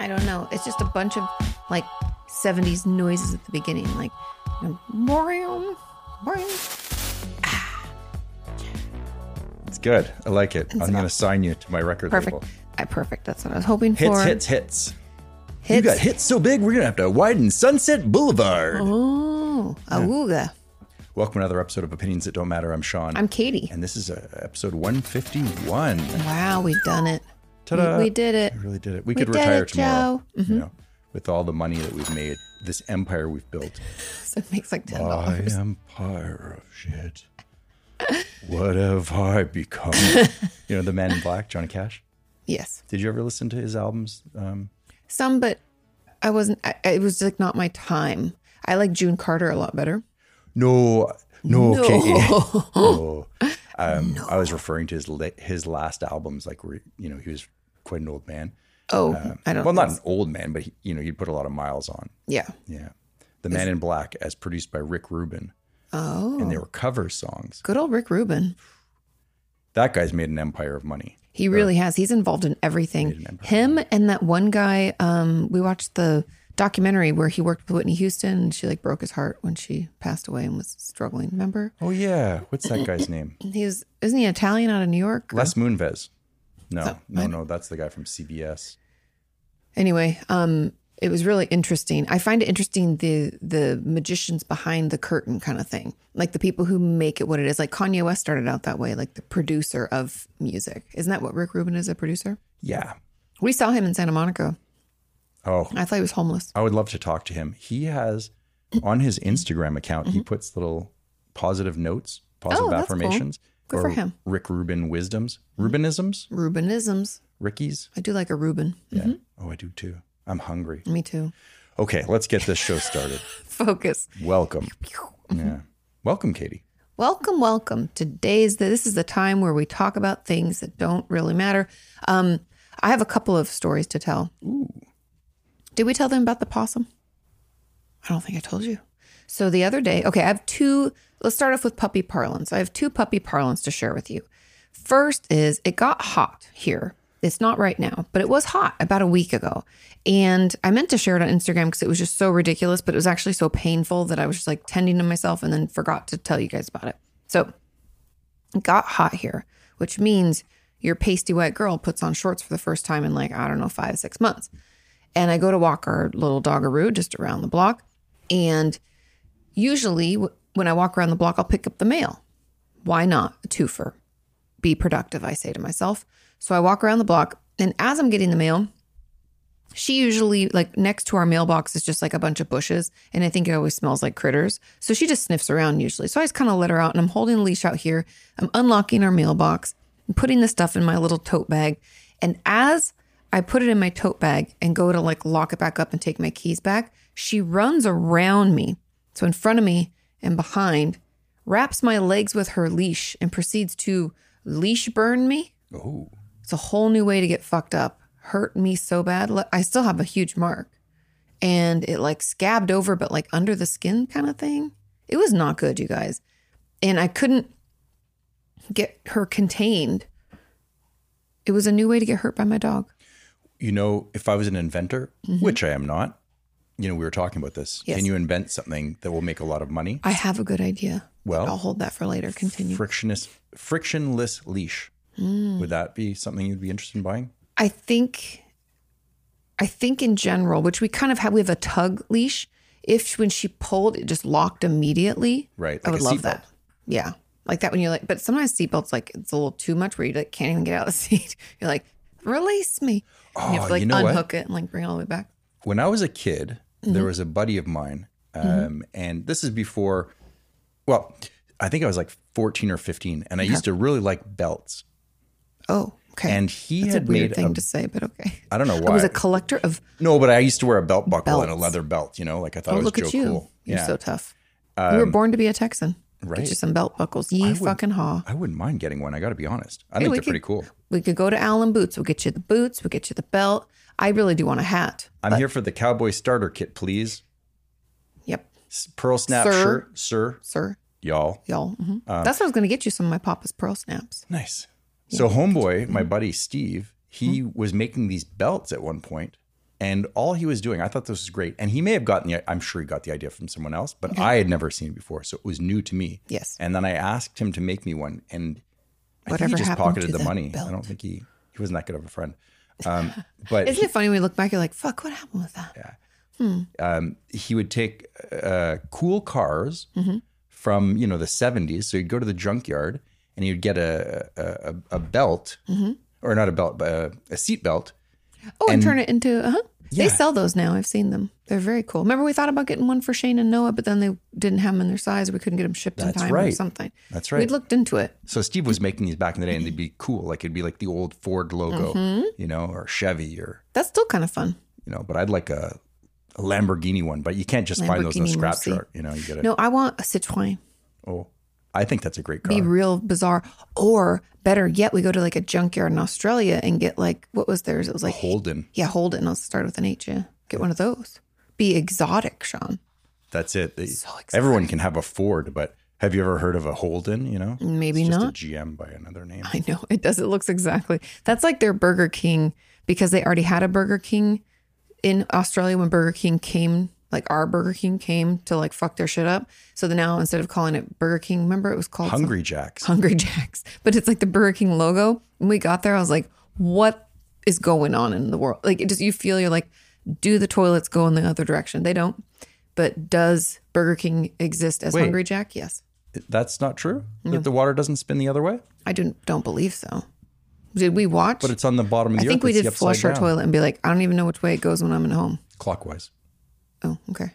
I don't know. It's just a bunch of like 70s noises at the beginning, like you know, boing, boing. It's good. I like it. I'm going to sign you to my record perfect. label. I perfect. That's what I was hoping Hits, for. hits, hits. You hits. got hits so big, we're going to have to widen Sunset Boulevard. Oh, awooga. Welcome to another episode of Opinions That Don't Matter. I'm Sean. I'm Katie. and this is uh, episode 151. Wow, we've done it. Ta-da. We, we did it. We really did it. We, We could did retire it, tomorrow. Joe. Mm-hmm. You know, with all the money that we've made, this empire we've built. So it makes like ten My dollars. empire of shit. What have I become? you know, the man in black, Johnny Cash. Yes, Did you ever listen to his albums? Um, some, but I wasn't. I, it was like not my time. I like June Carter a lot better. No, no, Katie. no. Um, I was referring to his la- his last albums, like where you know he was quite an old man. Oh, I don't. Uh, Well, not an old man, but he, you know he'd put a lot of miles on. Yeah. Yeah, The Man in Black, as produced by Rick Rubin, Oh, and they were cover songs. good old Rick Rubin. That guy's made an empire of money. He really has. He's involved in everything. Him and that one guy. Um, we watched the documentary where he worked with Whitney Houston, and she like broke his heart when she passed away and was struggling. Remember? Oh yeah, what's that guy's name? He was isn't he Italian out of New York? or- Les Moonves. No, no, no, that's the guy from CBS. Anyway, um, it was really interesting. I find it interesting the the magicians behind the curtain kind of thing, like the people who make it what it is. Like Kanye West started out that way, like the producer of music. Isn't that what Rick Rubin is a producer? Yeah. We saw him in Santa Monica. Oh, I thought he was homeless. I would love to talk to him. He has on his Instagram account, he puts little positive notes, positive Mm-hmm. Oh, that's cool. affirmations. Good for him. Mm-hmm. Rick Rubin wisdoms, Rubinisms, Rubinisms. Rickies. I do like a Rubin. Yeah. Mm-hmm. Oh, I do too. I'm hungry. Me too. Okay, let's get this show started. Focus. Welcome. Mm-hmm. Yeah. Welcome, Katie. Welcome, welcome. Today's the, this is the time where we talk about things that don't really matter. Um, I have a couple of stories to tell. Did we tell them about the possum? I don't think I told you. So the other day, okay, I have two. Let's start off with puppy parlance. I have two puppy parlance to share with you. First is it got hot here. It's not right now, but it was hot about a week ago. And I meant to share it on Instagram because it was just so ridiculous, but it was actually so painful that I was just like tending to myself and then forgot to tell you guys about it. So it got hot here, which means your pasty white girl puts on shorts for the first time in like, I don't know, five, six months. And I go to walk our little doggaroo just around the block. And usually w- when I walk around the block, I'll pick up the mail. Why not a twofer? Be productive, I say to myself. So I walk around the block. And as I'm getting the mail, she usually like next to our mailbox is just like a bunch of bushes and i think it always smells like critters so she just sniffs around usually so i just kind of let her out and i'm holding a leash out here i'm unlocking our mailbox and putting the stuff in my little tote bag and as i put it in my tote bag and go to like lock it back up and take my keys back she runs around me so in front of me and behind wraps my legs with her leash and proceeds to leash burn me Oh, it's a whole new way to get fucked up. Hurt me so bad. Li- I still have a huge mark. And it like scabbed over, but like under the skin kind of thing. It was not good, you guys. And I couldn't get her contained. It was a new way to get hurt by my dog. you know, if I was an inventor, which I am not, you know, we were talking about this. Mm-hmm. Yes. Can you invent something that will make a lot of money? I have a good idea. Well, I'll hold that for later. Continue. Mm. frictionless frictionless leash. Would that be something you'd be interested in buying? I think I think in general, which we kind of have, we have a tug leash. If when she pulled, it just locked immediately. Right, I would like a love seatbelt. that. Yeah. Like that when you're like, but sometimes seatbelts, like, it's a little too much where you like can't even get out of the seat. You're like, release me. And you have Oh, to like you know what? unhook it and like bring it all the way back. when I was a kid, Mm-hmm. there was a buddy of mine, um, and this is before, well, I think I was like 14 or 15, and I used to really like belts. Oh, okay. And he That's a had weird made thing a- to say, but okay. I don't know I why. was a collector of, no, but I used to wear a belt buckle and a Belts. leather belt. You know, like I thought oh, it was look Joe at you. cool. You're yeah, Um, so tough. you were born to be a Texan. Right. Get you some belt buckles. Ye fucking haw. I wouldn't mind getting one. I got to be honest. I Hey, think we they're pretty could- cool. We could go to Allen Boots. We'll get you the boots. We'll get you the belt. I really do want a hat. I'm here for the cowboy starter kit, please. Yep, S- Pearl snap Sir. shirt, sir, sir, y'all. y'all. Mhm. Uh, That's what I was going to get you some of my Papa's pearl snaps. Nice. So, homeboy, Mm-hmm. my buddy Steve, he was making these belts at one point, and all he was doing, I thought this was great, and he may have gotten the, I'm sure he got the idea from someone else, but I had never seen it before, so it was new to me. Yes. And then I asked him to make me one, and I Whatever think he just happened pocketed to the that money. I don't belt? think he he wasn't that good of a friend, um, but Isn't it funny when you look back? You're like, fuck, what happened with that? um, he would take uh, cool cars Mm-hmm. from you know the 70s so he'd go to the junkyard and he would get a a, a, a belt Mm-hmm. or not a belt but a, a seat belt Oh, and, turn it into. Uh huh. Yeah. They sell those now. I've seen them. They're very cool. Remember, we thought about getting one for Shane and Noah, but then they didn't have them in their size. We couldn't get them shipped That's in time or right. something. That's We right. looked into it. so steve was making these back in the day and they'd be cool like it'd be like the old ford logo Mm-hmm. you know or chevy or That's still kind of fun. you know but i'd like a, a lamborghini one but you can't just find those in the Lamborghini scrap Mercy. chart you know you gotta No, I want a Citroen. oh i think that's a great car be real bizarre. Or better yet, we go to like a junkyard in Australia and get like what was theirs? It was like holden yeah, hold it. And I'll start with an H. Yeah, get one of those. Be exotic, Sean. that's it They- everyone can have a ford but have you ever heard of a holden you know Maybe It's not. just a gm by another name I know it does. It looks exactly. That's like their Burger King because they already had a Burger King in Australia when Burger King came, like our Burger King came to like fuck their shit up. So then now instead of calling it Burger King, remember it was called something- Hungry Jacks. Hungry Jack's, but it's like the Burger King logo. When we got there, I was like, what is going on in the world? Like, it just, you feel you're like, do the toilets go in the other direction? They don't. But does Burger King exist as Wait. Hungry Jack? Yes. That's not true. That the water doesn't spin the other way, I don't, don't believe so. Did we watch? but it's on the bottom of I the think earth. we It's did the flush upside our down. toilet and be like, I don't even know which way it goes when I'm at home. clockwise. Oh, okay.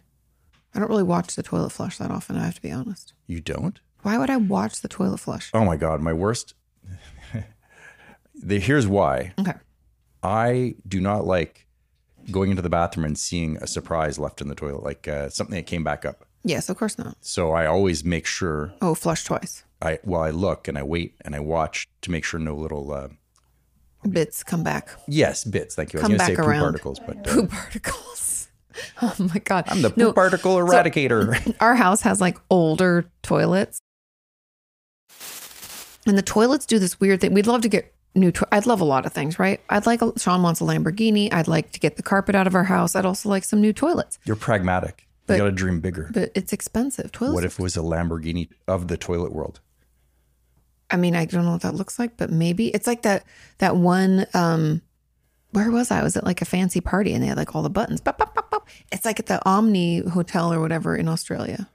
I don't really watch the toilet flush that often, I have to be honest. You don't? Why would I watch the toilet flush? Oh my god, my worst. the, here's why Okay. I do not like going into the bathroom and seeing a surprise left in the toilet, like uh, something that came back up. Yes, of course not. So I always make sure Oh, flush twice. I well I look and I wait and I watch to make sure no little uh, Bits come back. yes bits. Thank you. I was Come going to say back poop around. particles, but uh, poop particles. Oh my god. I'm the poop No, particle eradicator. Our house has like older toilets. And the toilets do this weird thing. We'd love to get new to- I'd love a lot of things, right? I'd like a- Sean wants a Lamborghini. I'd like to get the carpet out of our house. I'd also like some new toilets. You're pragmatic. But- you got to dream bigger. But it's expensive. Toilets. What if it was a Lamborghini of the toilet world? I mean, I don't know what that looks like, but maybe it's like that that one um where was I? I was at like a fancy party and they had like all the buttons. Bop, bop, bop, bop. It's like at the Omni Hotel or whatever in Australia. Wasn't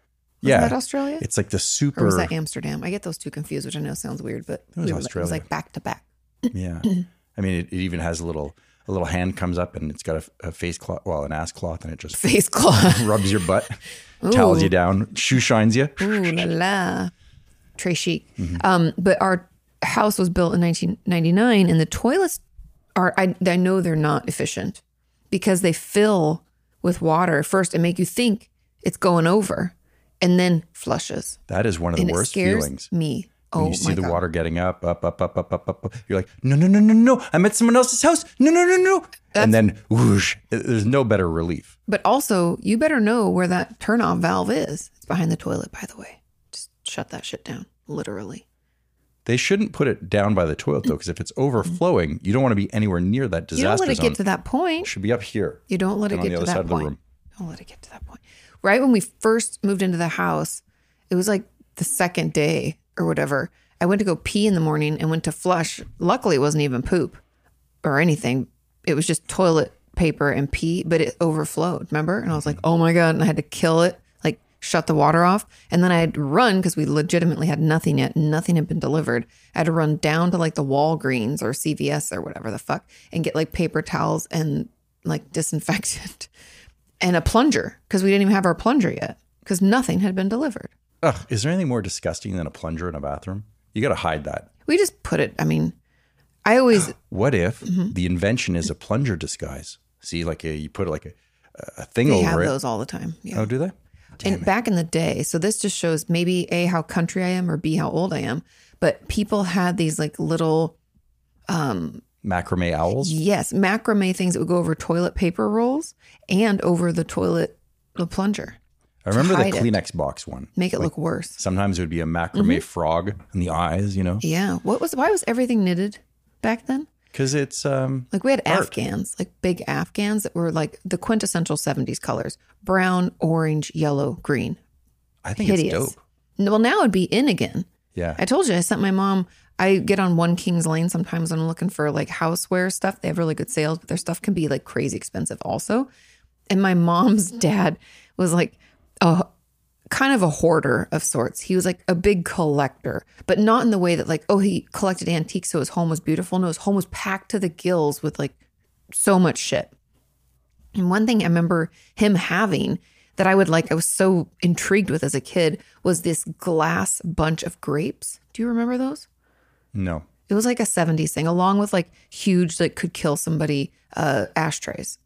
Yeah. that Australia? It's like the or super. was that Amsterdam? I get those two confused, which I know sounds weird, but was we were like- it was Australia. like back to back. yeah. I mean, it, it even has a little a little hand comes up and it's got a f- a, face cloth, well, an ass cloth, and it just Face claw. rubs your butt, towels you down, shoe shines you. Ooh la la. Très chic. Um, but our house was built in 1999, and the toilets are, I, I know they're not efficient because they fill with water first and make you think it's going over and then flushes. That is one of the And it worst scares feelings. me. When Oh, you see my the God. water getting up, up, up, up, up, up, up, up. You're like, no, no, no, no, no. I'm at someone else's house. No, no, no, no. and then whoosh. There's no better relief. But also, you better know where that turnoff valve is. It's behind the toilet, by the way. Just shut that shit down, literally. They shouldn't put it down by the toilet though, because if it's overflowing, you don't want to be anywhere near that Mm-hmm. you don't disaster let it zone. get to that It point. should be up here. You don't let it And on get the to other side that of the point. room. Don't let it get to that point. Right when we first moved into the house, it was like the second day or whatever. I went to go pee in the morning and went to flush. Luckily, it wasn't even poop or anything. It was just toilet paper and pee, but it overflowed, remember? And I was like, Mm-hmm. oh my God. And I had to kill it, like shut the water off. And then I had to run because we legitimately had nothing yet. Nothing had been delivered. I had to run down to like the Walgreens or CVS or whatever the fuck and get like paper towels and like disinfectant and a plunger because we didn't even have our plunger yet because nothing had been delivered. Ugh, is there anything more disgusting than a plunger in a bathroom? You got to hide that. We just put it, I mean, I always, What if Mm-hmm. the invention is a plunger disguise? See, like a, you put like a, a thing they have over it. those all the time. Yeah. Oh, do they? and back in the day, so this just shows maybe A, how country I am or B, how old I am, but people had these like little, Macrame owls? yes, macrame things that would go over toilet paper rolls and over the toilet, the plunger, I remember the hide it. Kleenex box one. make it look worse. Mm-hmm. Sometimes it would be a macrame frog in the eyes, you know, Yeah. What was, why was everything knitted back then? because it's um, Like we had Afghans, like big Afghans that were like the quintessential 70s colors brown, orange, yellow, green. I think Hideous. it's dope. N- Well, now it'd be in again. Yeah, I told you, I sent my mom. I get on One Kings Lane sometimes when I'm looking for like houseware stuff. They have really good sales, but their stuff can be like crazy expensive also. And my mom's dad was like a kind of a hoarder of sorts. He was like a big collector, but not in the way that like, oh, he collected antiques so his home was beautiful. No, his home was packed to the gills with like so much shit. And one thing I remember him having that I would like, I was so intrigued with as a kid was this glass bunch of grapes. Do you remember those? no, It was like a 70s thing, along with like huge, like could kill somebody uh, ashtrays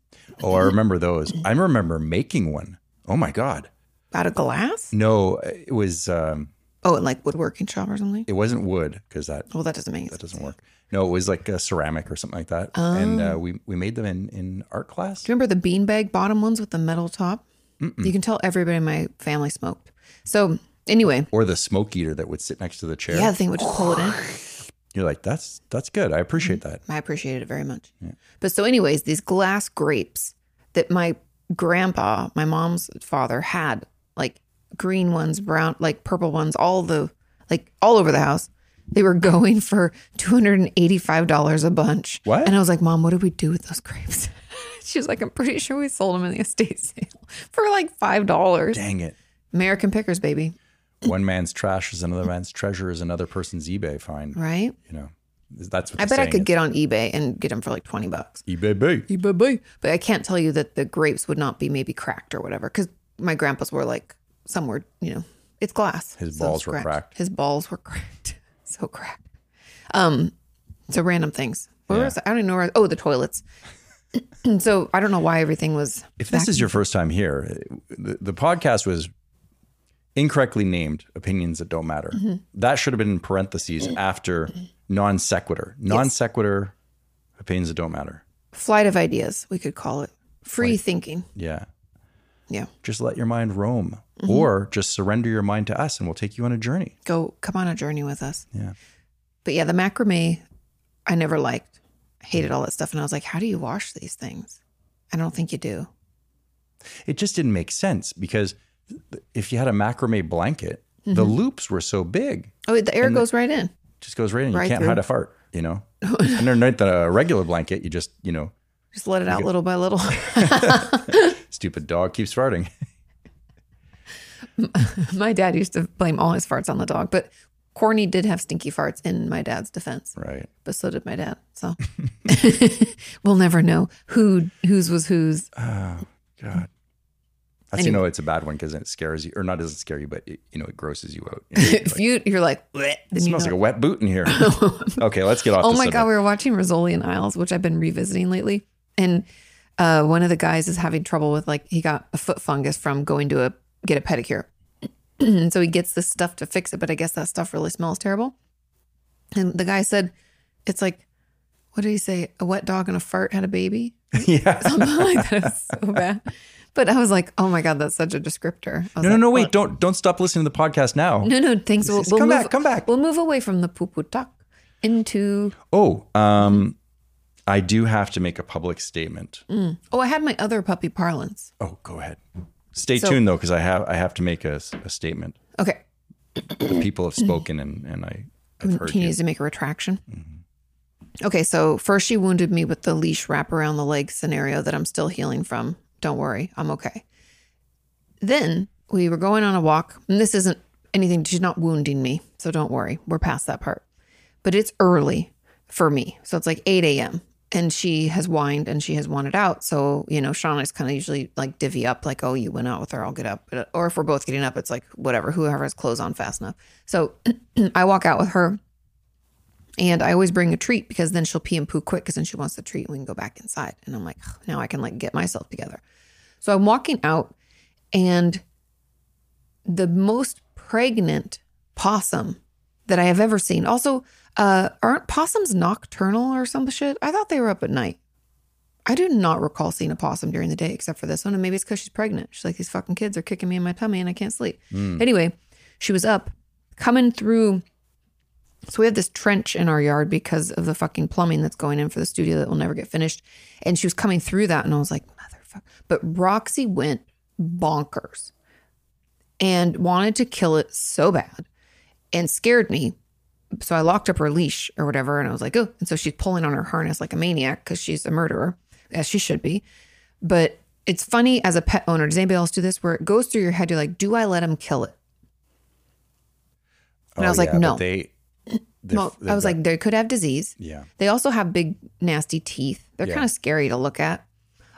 Oh, I remember those. I remember making one. Oh my god. out of glass. No, it was um Oh, and like woodworking shop or something. it wasn't wood because that Well, that doesn't make sense. that doesn't work. No, it was like a ceramic or something like that. And Oh. uh, we we made them in in art class. Do you remember the beanbag bottom ones with the metal top? You can tell everybody in my family smoked. So, anyway, Or the smoke eater that would sit next to the chair. yeah, the thing would just pull it in. You're like, that's that's good. I appreciate that. I appreciated it very much. But so, anyways, these glass grapes that my grandpa, my mom's father, had like green ones, brown, like purple ones, all the like all over the house. They were going for two hundred and eighty-five dollars a bunch. What? And I was like, Mom, what did we do with those grapes? she was like, I'm pretty sure we sold them in the estate sale for like five dollars. Dang it. American pickers, baby, One man's trash is another man's treasure is another person's eBay find. right? You know. That's what I the bet I saying could is. get on eBay and get them for like twenty bucks. eBay bait. But I can't tell you that the grapes would not be maybe cracked or whatever because my grandpa's were like some were you know it's glass. His it's balls were cracked. His balls were cracked. so cracked. Um, so random things. Where was I? I don't even know where. Oh, the toilets. so I don't know why everything was. If this is your first time here, the, the podcast was incorrectly named Opinions That Don't Matter. That should have been in parentheses after non sequitur. Non sequitur, opinions that don't matter. Flight of ideas, we could call it. Free thinking. Yeah. Yeah. Just let your mind roam or just surrender your mind to us and we'll take you on a journey. Go come on a journey with us. Yeah. But yeah, the macrame, I never liked. Hated all that stuff. And I was like, how do you wash these things? I don't think you do. It just didn't make sense because if you had a macrame blanket, the loops were so big, Oh, the air goes right in. just goes right in. You Right can't through. hide a fart, you know? Underneath the regular blanket, you just, you know, Just let it out little by little. stupid dog keeps farting. my dad used to blame all his farts on the dog, but Corny did have stinky farts in my dad's defense, right. but so did my dad. So we'll never know who whose was whose. God. That's, you know, it's a bad one because it scares you, or not doesn't scare you, but it, you know, it grosses you out. You know, you're If like, you you're like, "Bleh," it then you smells know- like a wet boot in here. okay, let's get off. oh this my god, subject. we were watching Rizzoli Isles, which I've been revisiting lately, and uh, one of the guys is having trouble with like he got a foot fungus from going to a get a pedicure, and so he gets this stuff to fix it, but I guess that stuff really smells terrible. And the guy said, "It's like, what did he say? A wet dog and a fart had a baby." yeah. Something like that. It was so bad. But I was like, "Oh my god, that's such a descriptor." I was No, no, like, no, wait! well- Don't don't stop listening to the podcast now. no, no, thanks. We'll, Just we'll come move, back, come back. We'll move away from the poo poo talk into Oh, um, I do have to make a public statement. oh, I had my other puppy parlance. Oh, go ahead. Stay So- tuned though, because I have I have to make a, s- a statement. Okay. The people have spoken, and and I have heard He you. Mm-hmm. needs to make a retraction. Okay, so first she wounded me with the leash wrap around the leg scenario that I'm still healing from. Don't worry, I'm okay. Then we were going on a walk, and this isn't anything, she's not wounding me, so don't worry, we're past that part. But it's early for me, so it's like 8 a.m. And she has whined and she has wanted out. So, you know, Sean and I's kind of usually like divvy up, like, oh, you went out with her, I'll get up. Or if we're both getting up, it's like, whatever, whoever has clothes on fast enough. So I walk out with her. And I always bring a treat because then she'll pee and poo quick because then she wants the treat. and We can go back inside. And I'm like, "Ugh, now I can like get myself together. So I'm walking out and the most pregnant possum that I have ever seen. Also, uh, aren't possums nocturnal or some shit? I thought they were up at night. I do not recall seeing a possum during the day except for this one. And maybe it's because she's pregnant. She's like, these fucking kids are kicking me in my tummy and I can't sleep. Anyway, she was up coming through so we have this trench in our yard because of the fucking plumbing that's going in for the studio that will never get finished. And she was coming through that, and I was like, motherfucker. But Roxy went bonkers and wanted to kill it so bad and scared me. So I locked up her leash or whatever, and I was like, oh. And so she's pulling on her harness like a maniac because she's a murderer, as she should be. But it's funny as a pet owner. Does anybody else do this where it goes through your head? You're like, do I let him kill it? And I was like, Oh, but no. They, they're- Well, they've I was got- like, they could have disease. yeah. They also have big, nasty teeth. They're Yeah. kind of scary to look at.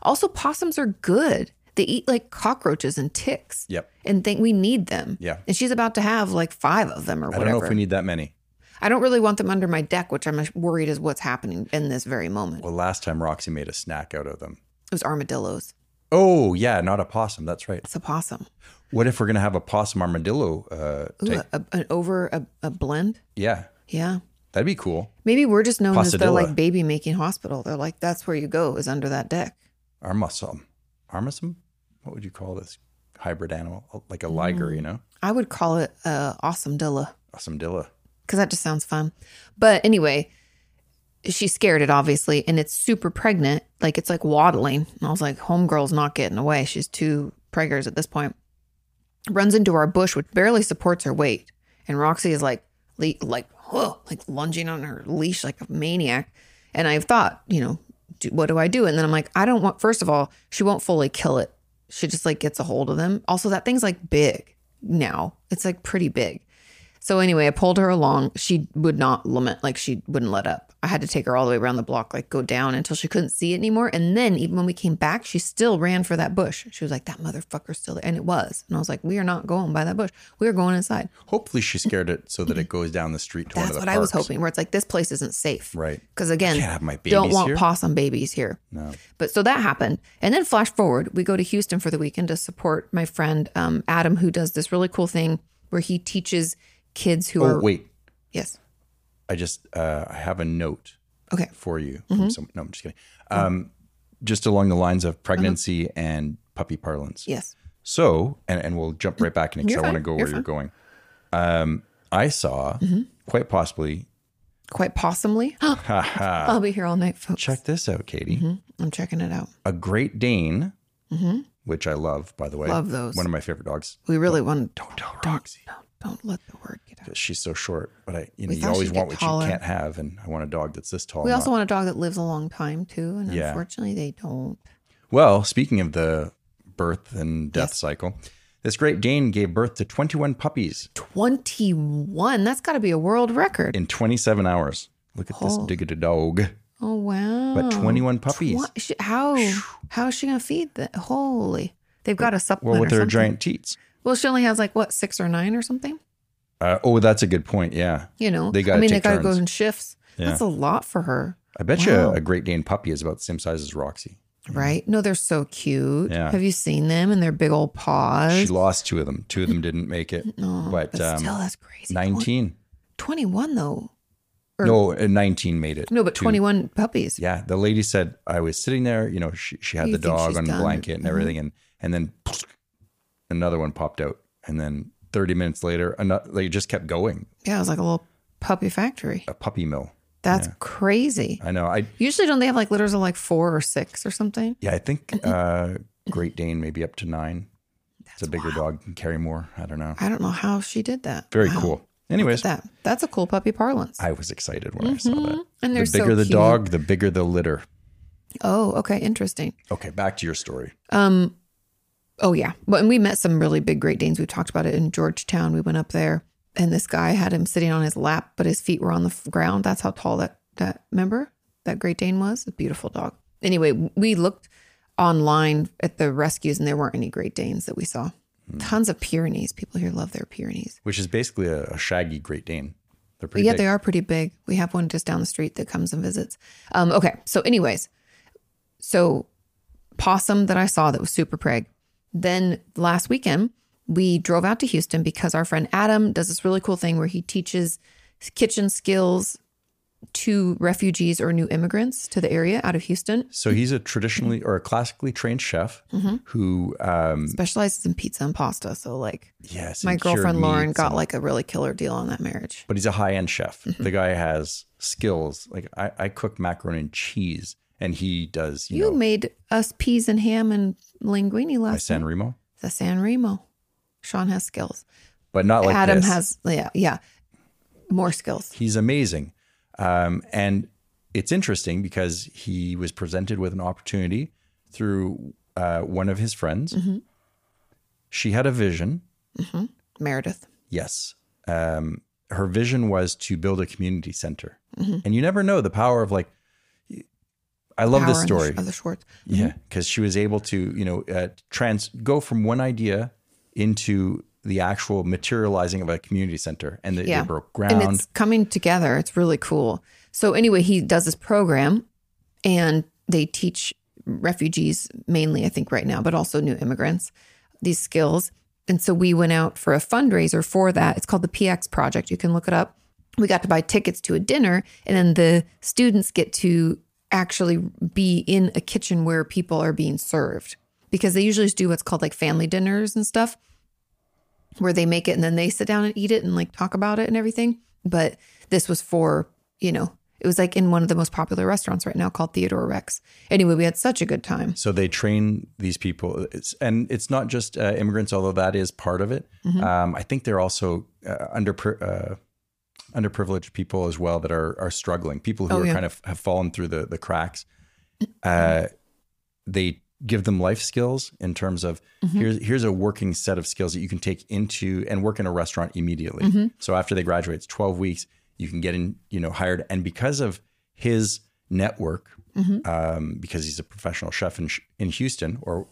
Also, possums are good. They eat like cockroaches and ticks. Yep. And think we need them. Yeah. And she's about to have like five of them or I whatever. don't know if we need that many. I don't really want them under my deck, which I'm worried is what's happening in this very moment. Well, last time Roxy made a snack out of them. it was armadillos. Oh yeah, not a possum. That's right. It's a possum. What if we're gonna have a possum armadillo? Uh, Ooh, type? a, a- an over a, a blend. yeah, Yeah. that'd be cool. Maybe we're just known as the Posadilla. like baby making hospital. They're like, that's where you go is under that deck. Armasum, armasum. What would you call this hybrid animal? Oh, Like a Mm. liger, you know, I would call it uh, awesome dilla. awesomeilla. because that just sounds fun. But anyway, she's scared it obviously, and it's super pregnant. Like it's like waddling. And I was like, homegirl's not getting away. She's two preggers at this point. Runs into our bush, which barely supports her weight, and Roxy is like, le- like, whoa, like lunging on her leash like a maniac. And I've thought, you know, do, what do I do? And then I'm like, I don't want. First of all, she won't fully kill it. She just like gets a hold of them. Also, that thing's like big now. It's like pretty big. So anyway, I pulled her along. She would not lament, like she wouldn't let up. I had to take her all the way around the block, like go down until she couldn't see it anymore. And then even when we came back, she still ran for that bush. She was like, "That motherfucker's still there," and it was. And I was like, "We are not going by that bush. We are going inside." Hopefully, she scared it so that it goes down the street to one That's of what the I was parks. hoping. Where it's like this place isn't safe, Right. Because again, can't have my don't babies want here. possum babies here. No. But so that happened. And then flash forward, we go to Houston for the weekend to support my friend um, Adam, who does this really cool thing where he teaches kids who Oh are wait, yes, I just uh, I have a note okay, for you. Mm-hmm. From some, no, I'm just kidding. Um, just along the lines of pregnancy and puppy parlance. yes. So, and, and we'll jump right back in because You're I want to fine. go You're where you're fine. Mm-hmm. going. Um, I saw quite possibly. quite possibly. I'll be here all night, folks. Check this out, Katie. I'm checking it out. A Great Dane, which I love, by the way. Mm-hmm. Love those. One of my favorite dogs. We really want Don't tell don't Roxy. no, don't let the word get out. 'cause She's so short, but I, you know, We you thought always she'd get want what taller. you can't have, and I want a dog that's this tall. We and also not- want a dog that lives a long time too, and Yeah. unfortunately they don't. Well, speaking of the birth and death cycle, this Great Dane gave birth to 21 puppies Twenty one. That's got to be a world record. in 27 hours. Look at Oh. this diggity dog. oh wow! But 21 puppies. Twen- she- how how is she gonna feed that? Holy! They've got a supplement. Well, with or their something. giant teats. Well, she only has like what six or nine or something. Uh, oh, that's a good point. Yeah. You know, They gotta I mean, they take got to go turns. in shifts. Yeah. That's a lot for her. I bet Wow. you a Great Dane puppy is about the same size as Roxy. Right? No, they're so cute. Yeah. Have you seen them and their big old She paws? lost two of them. Two of them didn't make it. but but still, um, that's crazy. 19. 21 though. or- No, uh, 19 made it. No, but Two. 21 puppies. Yeah. The lady said, I was sitting there, you know, she, she had You the think dog she's on the done. Mm-hmm. blanket and everything. And, and then another one popped out. And then 30 minutes later, another, they just kept going. Yeah, it was like a little puppy factory. A puppy mill. That's crazy. I know. I, Usually don't they have like litters of like 4 or 6 or something? yeah, I think uh, Great Dane maybe up to nine. it's a bigger dog, can carry more. I don't know. I don't know how she did that. Very Wow. cool. Anyways, That that's a cool puppy parlance. I was excited when I saw that. Mm-hmm. And they're the so bigger the cute. dog, the bigger the litter. oh, okay, interesting. Okay, back to your story. Oh yeah. Well, and we met some really big Great Danes. We talked about it in Georgetown. We went up there, and this guy had him sitting on his lap, but his feet were on the f- ground. That's how tall that that member that Great Dane was. A beautiful dog. Anyway, we looked online at the rescues, and there weren't any Great Danes that we saw. Tons of Pyrenees. People here love their Pyrenees. Which is basically a, a shaggy Great Dane. They're But pretty yeah, big. they are pretty big. We have one just down the street that comes and visits. Um, okay, so anyways, so possum that I saw that was super preg. Then last weekend, we drove out to Houston because our friend Adam does this really cool thing where he teaches kitchen skills to refugees or new immigrants to the area out of Houston, So he's a traditionally or a classically trained chef Mm-hmm. who, um, specializes in pizza and pasta. So like yes, my and cured girlfriend Lauren meats got and- like a really killer deal on that marriage. but he's a high end chef. Mm-hmm. The guy has skills. Like I, I cook macaroni and cheese, and he does. You, You know, made us peas and ham and linguine my last night. San Remo, the San Remo. Sean has skills. but not like Adam this. has yeah, yeah. More skills. He's amazing, um, and it's interesting because he was presented with an opportunity through uh, one of his friends. Mm-hmm. She had a vision. Meredith. Yes. Um, her vision was to build a community center. Mm-hmm. And you never know the power of like, I love Power this and the- story. Of the Schwartz. Yeah. Because she was able to, you know, uh, trans go from one idea into the actual materializing of a community center. And they, they Yeah. broke And ground. it's coming together. It's really cool. So anyway, he does this program and they teach refugees mainly, I think right now, but also new immigrants these skills. And so we went out for a fundraiser for that. It's called the PX Project. You can look it up. We got to buy tickets to a dinner, and then the students get to actually be in a kitchen where people are being served because they usually just do what's called like family dinners and stuff where they make it and then they sit down and eat it and like talk about it and everything. But this was for, you know, it was like in one of the most popular restaurants right now called Theodore Rex. Anyway, we had such a good time. so they train these people. It's, and it's not just uh, immigrants, although that is part of it. Mm-hmm. Um, I think they're also uh, under. Uh, underprivileged people as well that are are struggling people who Oh, are yeah. Mm-hmm. kind of have fallen through the the cracks uh they give them life skills in terms of Mm-hmm. here's here's a working set of skills that you can take into and work in a restaurant immediately Mm-hmm. so after they graduate it's 12 weeks you can get in you know hired and because of his network Mm-hmm. um because he's a professional chef in in Houston or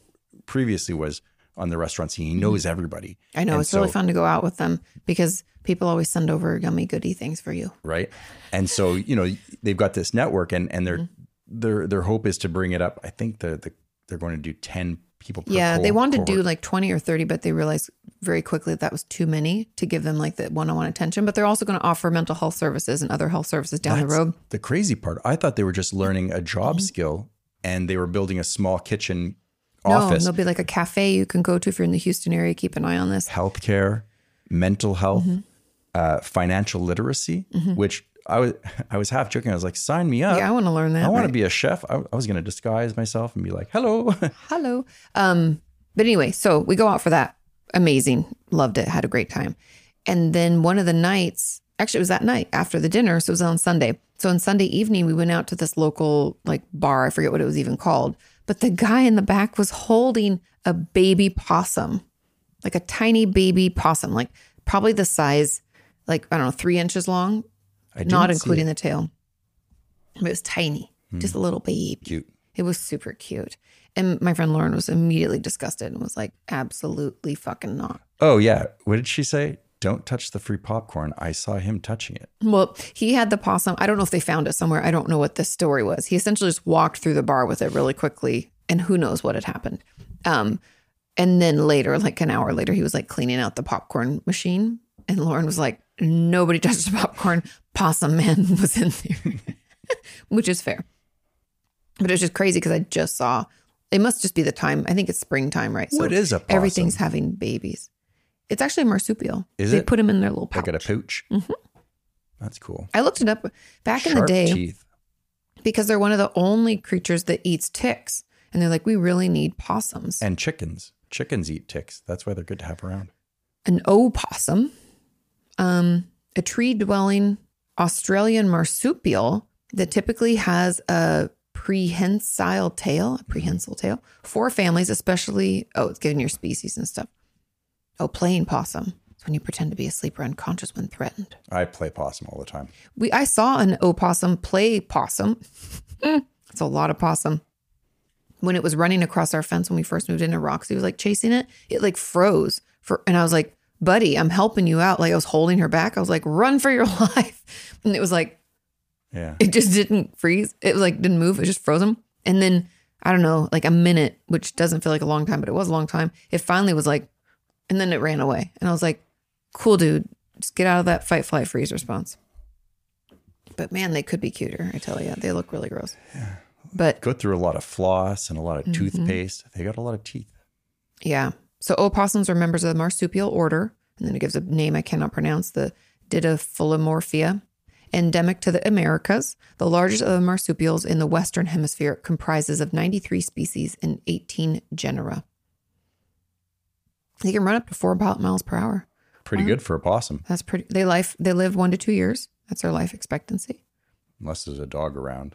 previously was on the restaurant scene he Mm-hmm. knows everybody I know And it's really so- fun to go out with them because people always send over yummy goody things for you. right? And so you know they've got this network, and and their Mm-hmm. their their hope is to bring it up. I think the, the they're going to do ten people. Per yeah, they cohort- wanted to do cohort. like 20 or 30, but they realized very quickly that was too many to give them like the one-on-one attention, but they're also going to offer mental health services and other health services down the That's road. The crazy part, I thought they were just learning a job Mm-hmm. skill, and they were building a small kitchen office, No, there'll be like a cafe you can go to if you're in the Houston area, keep an eye on this. healthcare, mental health, Mm-hmm. uh, financial literacy, which. I was I was half joking. I was like, "Sign me up! Yeah, I want to learn that. I want right? to be a chef." I, I was going to disguise myself and be like, "Hello." hello. Um, but anyway, so we go out for that. Amazing. Loved it. Had a great time. And then one of the nights, actually, it was that night after the dinner. So it was on Sunday. So on Sunday evening, we went out to this local like bar. I forget what it was even called. But the guy in the back was holding a baby possum, like a tiny baby possum, like probably the size, like, I don't know, three inches long, I not didn't see including it. Hmm. the tail. But it was tiny, just a little baby. cute. It was super cute. And my friend Lauren was immediately disgusted and was like, absolutely fucking not. Oh yeah. What did she say? Don't touch the free popcorn. I saw him touching it. Well, he had the possum. I don't know if they found it somewhere. I don't know what this story was. He essentially just walked through the bar with it really quickly, and who knows what had happened. Um, and then later, like an hour later, he was like cleaning out the popcorn machine, and Lauren was like, "Nobody touched the popcorn. Possum man was in there," which is fair. But it's just crazy because I just saw. It must just be the time. I think it's springtime, right? What is a possum? everything's having babies. It's actually a marsupial. Is they it? put them in their little pouch. Like at a pooch. That's cool. I looked it up back in the Sharp day teeth. because they're one of the only creatures that eats ticks. And they're like, we really need possums. and chickens. Chickens eat ticks. That's why they're good to have around. An opossum. Um, a tree dwelling Australian marsupial that typically has a prehensile tail, a prehensile tail, for families, especially, oh, it's given your species and stuff. Oh, playing possum. It's when you pretend to be asleep or unconscious when threatened. I play possum all the time. We I saw an opossum play possum. It's a lot of possum. When it was running across our fence when we first moved into Roxy was like chasing it. It like froze for and I was like, "Buddy, I'm helping you out." Like I was holding her back. I was like, "Run for your life." And it was like Yeah. it just didn't freeze. It like didn't move. It just froze him. And then I don't know, like a minute, which doesn't feel like a long time, but it was a long time. It finally was like, and then it ran away. And I was like, cool, dude, just get out of that fight, flight, freeze response. But man, they could be cuter. I tell you, they look really gross. But Go through a lot of floss and a Mm-hmm. lot of toothpaste. They got a lot of teeth. yeah, so opossums are members of the marsupial order, and then it gives a name I cannot pronounce, the Didophyllomorphia, endemic to the Americas. The largest of the marsupials in the Western Hemisphere it comprises of 93 species and 18 genera. They can run up to four mi- miles per hour. Pretty Uh-huh. good for a possum, That's pretty. They life. They live one to two years. That's their life expectancy, unless there's a dog around.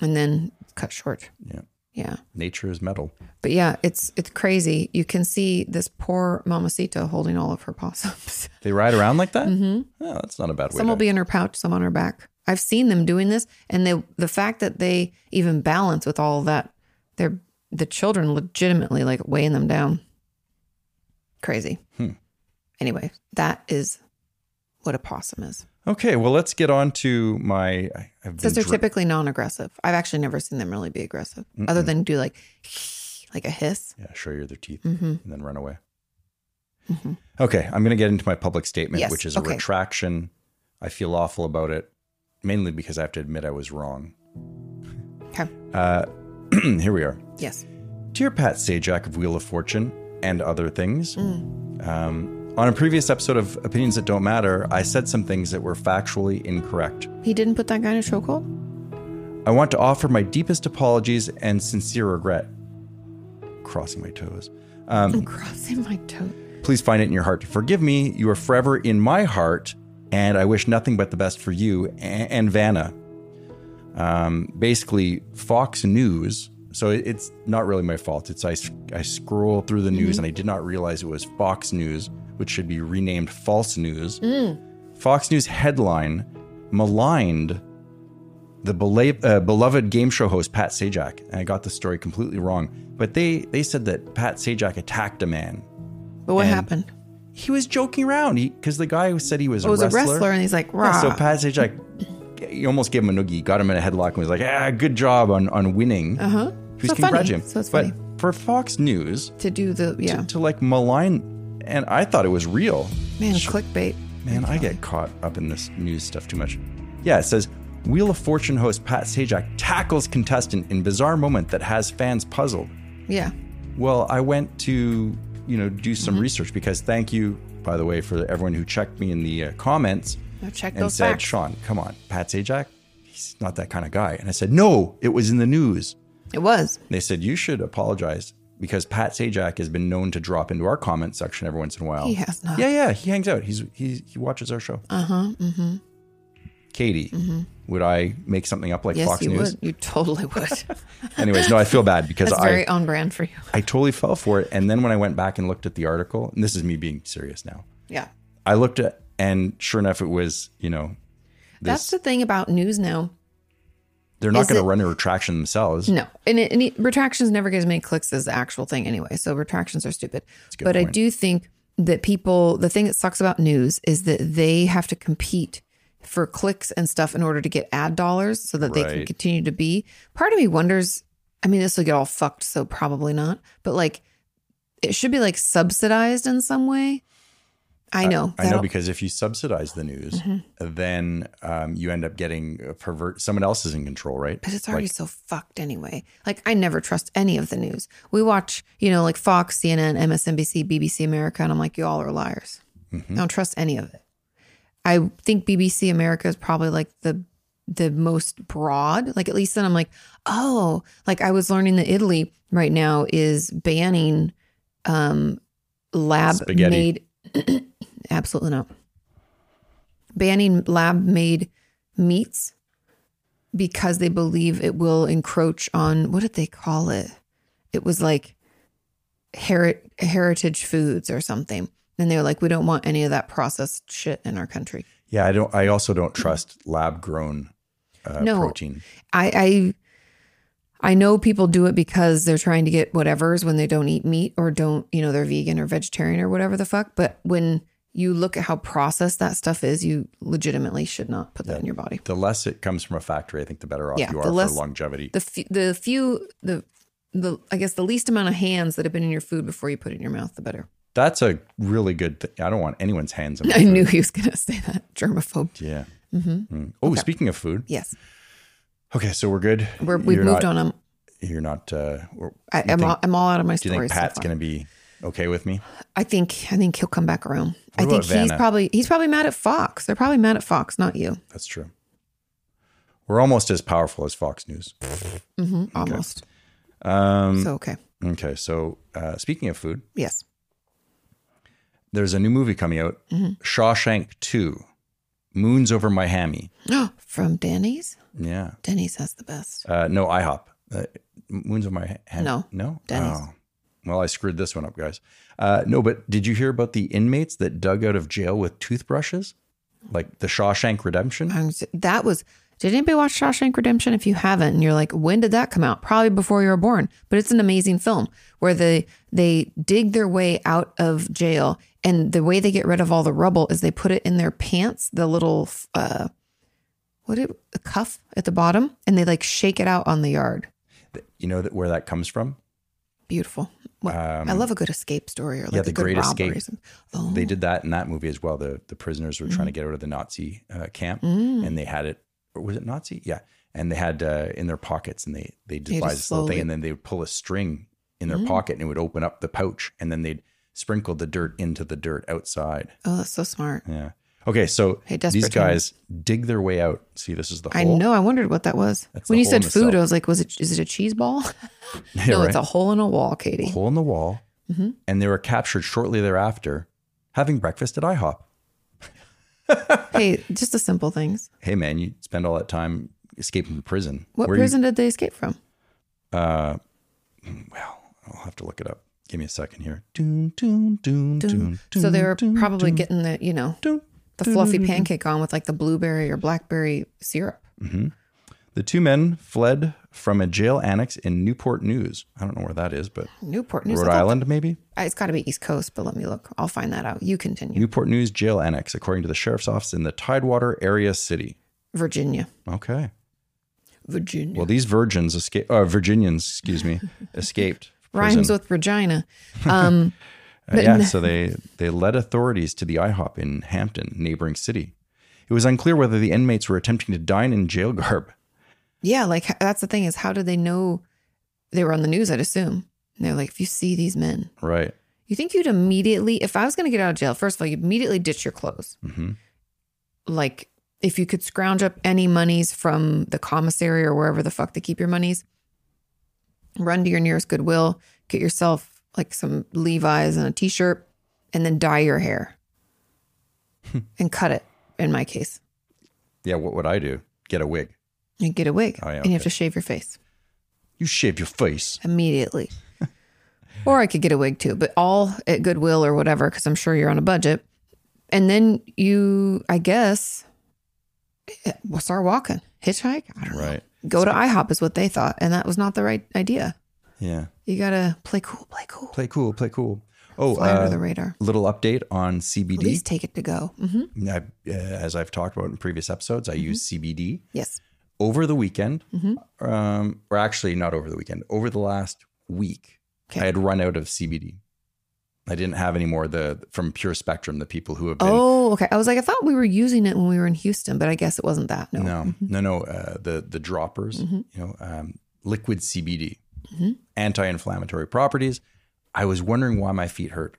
and then it's cut short. Yeah. Yeah. Nature is metal. But yeah, it's it's crazy. You can see this poor mamacita holding all of her possums. They ride around like that? Mm-hmm. Oh, that's not a bad way some to will be in her pouch, some on her back. I've seen them doing this, and they the fact that they even balance with all of that, they're the children legitimately like weighing them down. Crazy. Hmm. Anyway, that is what a possum is. Okay, well, let's get on to my. I- I've been Since they're dri- typically non-aggressive, I've actually never seen them really be aggressive, other than do like like a hiss. yeah, show you their teeth Mm-hmm. and then run away. Okay, I'm going to get into my public statement, Yes, which is a okay. retraction. I feel awful about it, mainly because I have to admit I was wrong. Okay. Hmm, Here we are. Yes. Dear Pat Sajak of Wheel of Fortune and other things, um, on a previous episode of Opinions That Don't Matter, I said some things that were factually incorrect. He didn't put that guy in a chokehold? I want to offer my deepest apologies and sincere regret. Crossing my toes. I'm crossing my toe. Please find it in your heart to forgive me. You are forever in my heart, and I wish nothing but the best for you a- and Vanna. Um, basically, Fox News. So it- it's not really my fault. It's I, s- I scroll through the news and I did not realize it was Fox News, which should be renamed False News. Fox News headline maligned the bela- uh, beloved game show host Pat Sajak. And I got the story completely wrong, but they they said that Pat Sajak attacked a man But what And- happened? he was joking around because the guy who said he was, It Oh, was a wrestler. a wrestler, and he's like, rah. yeah, so Pat Sajak, he almost gave him a noogie, got him in a headlock, and was like, "Ah, good job on on winning." Uh huh. Who's Uh-huh. So can grudge funny. him? So it's but funny. for Fox News to do the yeah to like malign, and I thought it was real. man clickbait. Man, I get caught up in this news stuff too much. Yeah, it says Wheel of Fortune host Pat Sajak tackles contestant in bizarre moment that has fans puzzled. Yeah, Well, I went to you know do some Mm-hmm. research because thank you by the way for everyone who checked me in the uh, comments now check and those said, facts. "Sean, come on, Pat Sajak, he's not that kind of guy." And I said, "No, it was in the news." It was And they said, "You should apologize because Pat Sajak has been known to drop into our comment section every once in a while." He has not. Oh. Uh-huh, Yeah, yeah, he hangs out. He's he he watches our show. Uh huh. Mm-hmm. Katie, would I make something up like Mm-hmm. yes, Fox you News? would. You totally would. That's Anyways, no, I feel bad because I very on brand for you. I totally fell for it. And then when I went back and looked at the article, and this is me being serious now, Yeah, I looked at, and sure enough, it was, you know, that's the thing about news now. they're not Is going to it- run a retraction themselves. No, and, it, and it- retractions never get as many clicks as the actual thing anyway. So retractions are stupid. good But I point. do think that people, the thing that sucks about news is that they have to compete for clicks and stuff in order to get ad dollars so that they can Right. continue to be. Part of me wonders. I mean, this will get all fucked, so probably not. But like, it should be like subsidized in some way. I know. I know that'll- Mm-hmm. because if you subsidize the news, then um, you end up getting a pervert. Someone else is in control, right? But it's already so fucked anyway. Like I never trust any of the news. We watch, you know, like Fox, CNN, MSNBC, BBC America, and I'm like, you all are liars. Mm-hmm. I don't trust any of it. I think BBC America is probably like the the most broad. Like at least then I'm like, oh, like I was learning that Italy right now is banning um lab Spaghetti. made absolutely not. banning lab made meats because they believe it will encroach on what did they call it? It was like heri- heritage foods or something. And they were like, we don't want any of that processed shit in our country. Yeah, I don't. I also don't trust lab grown uh, No. protein. I, I I know people do it because they're trying to get whatever's when they don't eat meat or don't, you know, they're vegan or vegetarian or whatever the fuck. But when you look at how processed that stuff is, you legitimately should not put that in your body. The less it comes from a factory, I think the better off Yeah, you the are less- for longevity. The f- the few the the I guess the least amount of hands that have been in your food before you put it in your mouth, the better. That's a really good thing. I don't want anyone's hands in my I food. knew Mm-hmm. he was gonna say that germaphobe. Yeah. Mm. Oh, speaking of food. Yes, Okay, so we're good. We're, we've You're moved not- on. I'm You're not. Uh, we're- I, I'm, all, I'm all out of my do you think stories. so Pat's far. going to be okay with me? I think I think he'll come back around. I about think he's Vanna? probably he's probably mad at Fox. They're probably mad at Fox, not you. That's true. We're almost as powerful as Fox News. hmm Almost. Um, So okay. okay, so uh, speaking of food, Yes. there's a new movie coming out, Mm-hmm. Shawshank Two, Moons Over Miami. From Denny's. Yeah. Denny's has the best. Uh, no, IHOP. Uh, Moons of my hand. No. no. Denny's. Oh. Well, I screwed this one up, guys. Uh, no, but did you hear about the inmates that dug out of jail with toothbrushes, like the Shawshank Redemption? I'm s- that was. Did anybody watch Shawshank Redemption? If you haven't, and you're like, when did that come out? Probably before you were born. But it's an amazing film where they they dig their way out of jail, and the way they get rid of all the rubble is they put it in their pants, the little uh, what it, a cuff at the bottom, and they like shake it out on the yard. You know that where that comes from? Beautiful. What, I love a good escape story or like Um, yeah, a The good Great robbery. Escape. or something. Oh, They did that in that movie as well. The the prisoners were Mm-hmm. trying to get out of the Nazi uh, camp, Mm. and they had it. Or was it Nazi? Yeah, and they had uh, in their pockets, and they they just Mm. devised this little slowly- thing, and then they would pull a string in their pocket, and it would open up the pouch, and then they'd sprinkle the dirt into the dirt outside. oh, that's so smart. Yeah. Okay, so Hey, these desperate guys dig their way out. See, this is the I hole. know. I wondered what that was. That's when you the hole said in the food, cell. I was like, was it? Is it a cheese ball? Yeah, no, it's a right? hole Mm-hmm. in a wall, Katie. hole in the wall, and they were captured shortly thereafter, having breakfast at IHOP. hey, just the simple things. Hey, man, you spend all that time escaping from prison. What Where you- prison did they escape from? Uh, well, I'll have to look it up. Give me a second here. Doon, doon, doon, doon, so they were doon, probably doon, getting the you know doon. the fluffy pancake on with like the blueberry or blackberry syrup. The two men fled from a jail annex in Newport News. I don't know where that is, but Newport News, Rhode I thought- Island, maybe? Uh, It's got to be East Coast, but let me look. I'll find that out. You continue. Newport News jail annex, according to the sheriff's office in the Tidewater area city. Virginia, Okay. Virginia. Well, these virgins escaped, uh, Virginians, excuse me, escaped. Rhymes prison. with Regina. Um, Uh, yeah, so they they led authorities to the IHOP in Hampton, neighboring city. It was unclear whether the inmates were attempting to dine in jail garb. yeah, like h- that's the thing is, how did they know they were on the news? I'd assume. And they're like, if you see these men, Right. You think you'd immediately, if I was going to get out of jail, first of all, you'd immediately ditch your clothes. Mhm. Like, if you could scrounge up any monies from the commissary or wherever the fuck they keep your monies, run to your nearest Goodwill, get yourself like some Levi's and a t shirt, and then dye your hair and cut it, in my case, Yeah, what would I do? Get a wig. and get a wig. Oh, yeah, and you have okay. to shave your face. You shave your face. immediately. or I could get a wig too, but all at Goodwill or whatever, because I'm sure you're on a budget. And then you, I guess, eh, well, start walking, hitchhike. I don't Right. know. Go to IHOP is what they thought, and that was not the right idea. Yeah. You gotta play cool, play cool, Play cool, play cool. Oh, fly under uh, the radar. little update on At CBD. least take it to go. hmm I, uh, as I've talked about in previous episodes, Mm-hmm. I use CBD Yes, over the weekend, Mm-hmm. um, or actually not over the weekend, over the last week. Okay. I had run out of CBD. I didn't have any more the from Pure Spectrum, the people who have been Oh, okay. I was like, I thought we were using it when we were in Houston, but I guess it wasn't that. No. Mm-hmm. No, no, no. Uh, the the droppers, you know, um, liquid CBD, Mm-hmm. anti-inflammatory properties. I was wondering why my feet hurt,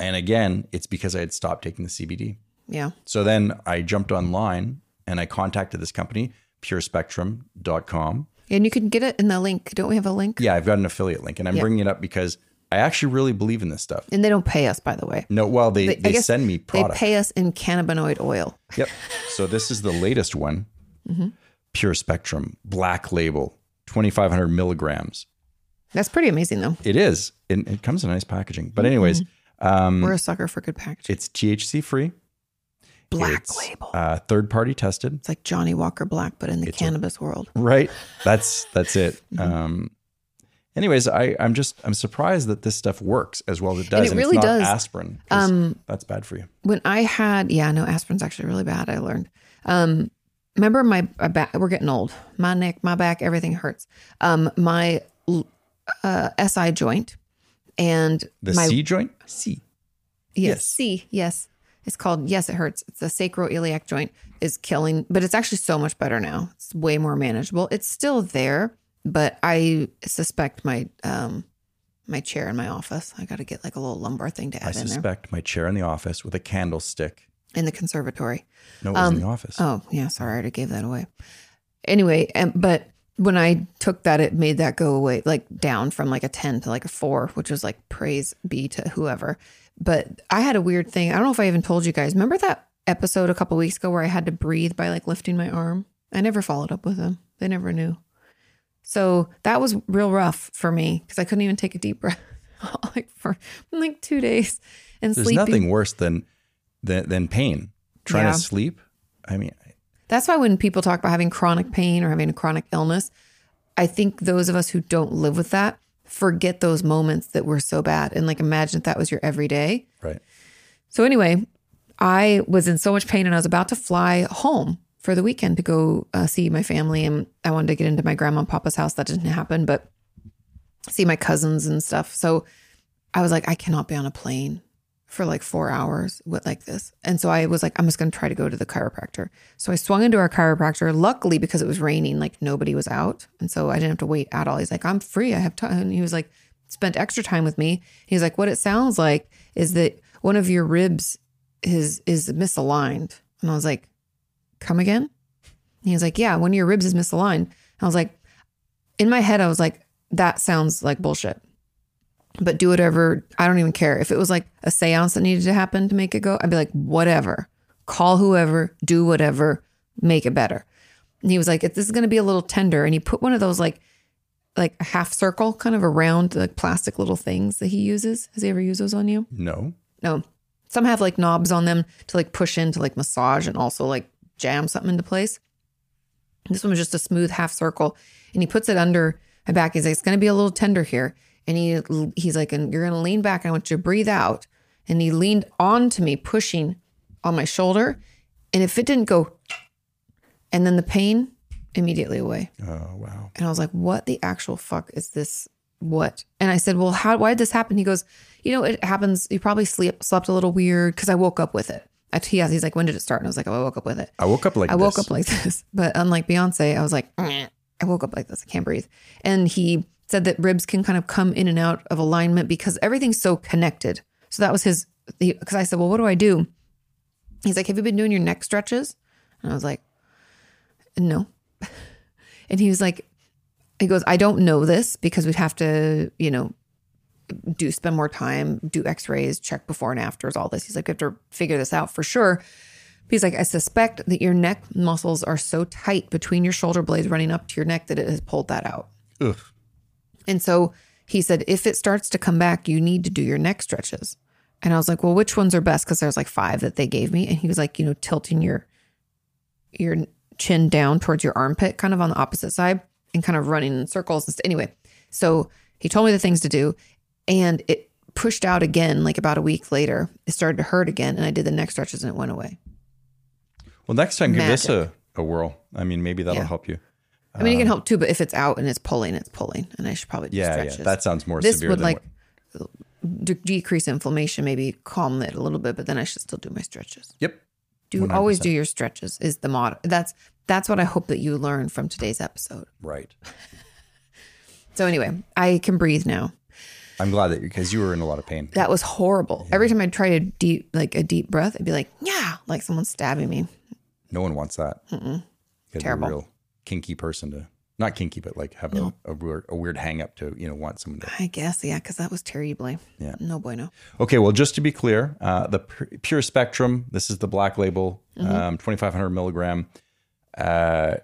and again, it's because I had stopped taking the CBD. Yeah. So then I jumped online and I contacted this company, PureSpectrum.com. And you can get it in the link. Don't we have a link? Yeah, I've got an affiliate link, and I'm Yeah. bringing it up because I actually really believe in this stuff. And they don't pay us, by the way. No, well, they, I they, guess send me product. They pay us in cannabinoid oil. Yep. So this is the latest one. Mm-hmm. Pure spectrum, black label, 2,500 milligrams. That's pretty amazing, though. It is. It, it comes in nice packaging. But anyways, Mm-hmm. um, We're a sucker for good packaging. it's THC free. Black It's, label. Uh, third party tested. It's like Johnny Walker Black, but in the cannabis world. Right. That's that's it. Mm-hmm. Um, anyways, I I'm just I'm surprised that this stuff works as well as it does. it really it's not does. Um, Aspirin. 'cause that's bad for you. when I had, yeah, no, aspirin's actually really bad. I learned. Um, remember my, my back? We're getting old. My neck, my back, everything hurts. Um, my l- uh, SI joint and The my C joint. C. yes, yes. C yes. It's called yes, it hurts. It's a sacroiliac joint is killing, but it's actually so much better now. It's way more manageable. It's still there, but I suspect my um my chair in my office. I got to get like a little lumbar thing to I add in there suspect my chair in the office with a candlestick. in the conservatory. No, it was in the office. Oh, yeah. Sorry, I already gave that away. Anyway, um, but when I took that, it made that go away, like down from like a 10 to like a four, which was like praise be to whoever. But I had a weird thing. I don't know if I even told you guys. Remember that episode a couple weeks ago where I had to breathe by like lifting my arm? I never followed up with them, they never knew. So that was real rough for me because I couldn't even take a deep breath like for like two days and There's sleeping. nothing worse than than, than pain. Trying Yeah. to sleep. I mean, That's why when people talk about having chronic pain or having a chronic illness, I think those of us who don't live with that forget those moments that were so bad. And like imagine if that was your everyday. right. So anyway, I was in so much pain and I was about to fly home for the weekend to go uh, see my family. And I wanted to get into my grandma and papa's house. That didn't happen, but see my cousins and stuff. So I was like, I cannot be on a plane for like four hours with like this. And so I was like, I'm just going to try to go to the chiropractor. So I swung into our chiropractor. Luckily, because it was raining, like nobody was out. And so I didn't have to wait at all. He's like, I'm free. I have time. And he was like, spent extra time with me. He's like, what it sounds like is that one of your ribs is, is misaligned. And I was like, come again? And he was like, yeah, one of your ribs is misaligned. And I was like, in my head, I was like, that sounds like bullshit but do whatever. I don't even care. If it was like a seance that needed to happen to make it go, I'd be like, whatever. Call whoever, do whatever, make it better. And he was like, if this is going to be a little tender. And he put one of those like, like a half circle, kind of around like plastic little things that he uses. Has he ever used those on you? No. No. Some have like knobs on them to like push in to like massage and also like jam something into place. This one was just a smooth half circle. And he puts it under my back. He's like, it's going to be a little tender here. And he he's like, and you're going to lean back. And I want you to breathe out. And he leaned onto me, pushing on my shoulder. And if it didn't go, and then the pain immediately away. Oh wow. And I was like, what the actual fuck is this? What? And I said, well, how, why did this happen? He goes, you know, it happens. You probably sleep, slept a little weird because I woke up with it. I, he asked, he's like, when did it start? And I was like, oh, I woke up with it. I woke up like I woke this. up like this. But unlike Beyonce, I was like, "Meh." I woke up like this. I can't breathe. And he said that ribs can kind of come in and out of alignment because everything's so connected. So that was his, because I said, well, what do I do? He's like, have you been doing your neck stretches? And I was like, no. and he was like, he goes, I don't know this because we'd have to, you know, do spend more time, do x rays, check before and afters, all this. He's like, we have to figure this out for sure. But he's like, I suspect that your neck muscles are so tight between your shoulder blades running up to your neck that it has pulled that out. Ugh. And so he said, if it starts to come back, you need to do your neck stretches. And I was like, well, which ones are best? Because there's like five that they gave me. And he was like, you know, tilting your your chin down towards your armpit, kind of on the opposite side, and kind of running in circles. And st- Anyway, so he told me the things to do, and it pushed out again. Like about a week later, it started to hurt again, and I did the neck stretches, and it went away. Well, next time give this a, a whirl. I mean, maybe that'll Yeah. help you. I mean, it can help too, but if it's out and it's pulling, it's pulling, and I should probably do Um, Yeah, stretches. yeah. That sounds more this severe would than like what- de- decrease inflammation, maybe calm it a little bit, but then I should still do my stretches. Yep. Do always do your stretches is the motto. That's that's what I hope that you learn from today's episode. Right. So anyway, I can breathe now. I'm glad that because you were in a lot of pain. That was horrible. Every time I tried a deep like a deep breath, I'd be like, yeah, like someone's stabbing me. No one wants that. Mm-mm. Terrible. real kinky person to Not kinky, but like have a, a weird a weird hang up to you know want someone to. I guess, yeah, because that was terribly. Yeah. No bueno. Okay, well, just to be clear, uh, the pur- pure spectrum. This is the black label, Mm-hmm. um, twenty five hundred milligram. Uh,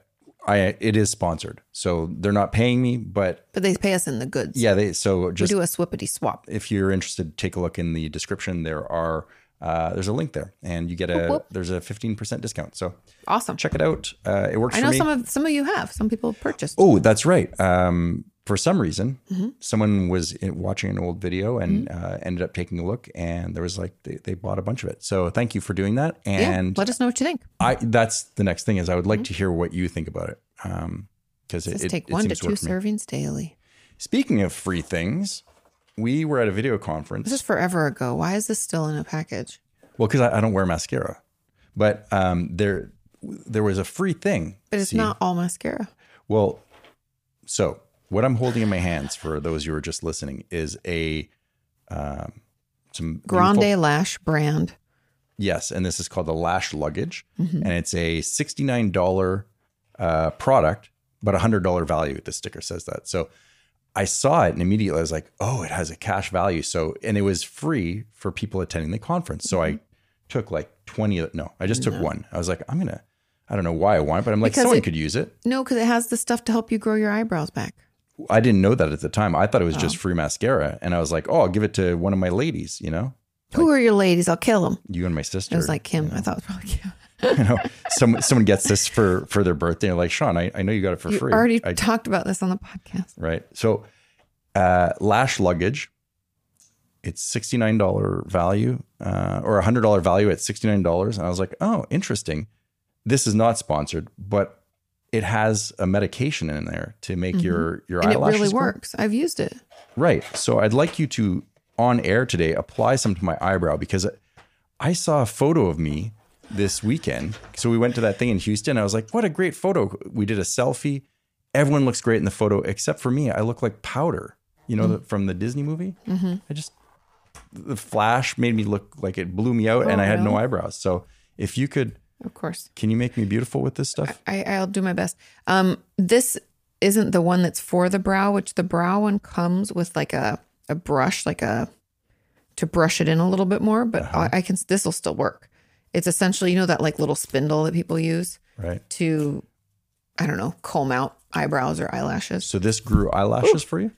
I it is sponsored, so they're not paying me, but But they pay us in the goods. yeah, they so We just do a swippity swap. if you're interested, take a look in the description. There are uh, there's a link there, and you get a whoop. there's a fifteen percent discount. So Awesome. check it out. Uh, it works I for know me. some of some of you have. Some people purchased. Oh, that's right. Um, for some reason, Mm-hmm. someone was in- watching an old video and uh, ended up taking a look, and there was like they, they bought a bunch of it. So thank you for doing that. yeah. And Let us know what you think. I that's the next thing is I would like to hear what you think about it because it, Just it, take it one to seems two work for me. servings daily. Speaking of free things, we were at a video This conference. is forever ago. Why is this still in a package? well, because I, I don't wear mascara, but um, there there was a free thing. But it's See? not all mascara. Well, so what I'm holding in my hands for those who are just listening is a um, some Grande beautiful- Lash brand. yes, and this is called the Lash Luggage, Mm-hmm. and it's a sixty-nine dollar uh, product, but a hundred dollar value. The sticker says that. So I saw it and immediately I was like, oh, it has a cash value. So and it was free for people attending the conference. So I Mm-hmm. took like twenty. No, I just took one. I was like, I'm gonna. I don't know why I want it, but I'm like, Because someone it- could use it. No, because it has the stuff to help you grow your eyebrows back. I didn't know that at the time. I thought it was just Oh. free mascara, and I was like, "Oh, I'll give it to one of my ladies," you know, Who are your ladies? I'll kill them. you and my sister. It was like Kim. I thought it was probably Kim. you know, some someone gets this for for their birthday. and like, Sean, I, I know you got it for You free, already I- talked about this on the podcast. right? So, uh, lash luggage, it's sixty nine dollar value uh, or hundred dollar value at sixty nine dollars, and I was like, "Oh, interesting." This is not sponsored, but it has a medication in there to make your your Mm-hmm. And it eyelashes really grow. works. I've used it. Right. So I'd like you to, on air today, apply some to my eyebrow because I saw a photo of me this weekend. So we went to that thing in Houston. I was like, what a great photo. We did a selfie. Everyone looks great in the photo, except for me. I look like powder, you know, Mm-hmm. the, from the Disney movie. I just, the flash made me look like it blew me out and I Oh, had no eyebrows. So if you could, Of course. can you make me beautiful with this stuff? I, I'll do my best. Um, this isn't the one that's for the brow, which the brow one comes with like a, a brush, like a to brush it in a little bit more. But Uh-huh. I, I can this will still work. It's essentially you know that like little spindle that people use Right. to, I don't know, comb out eyebrows or eyelashes. So this grew eyelashes for you?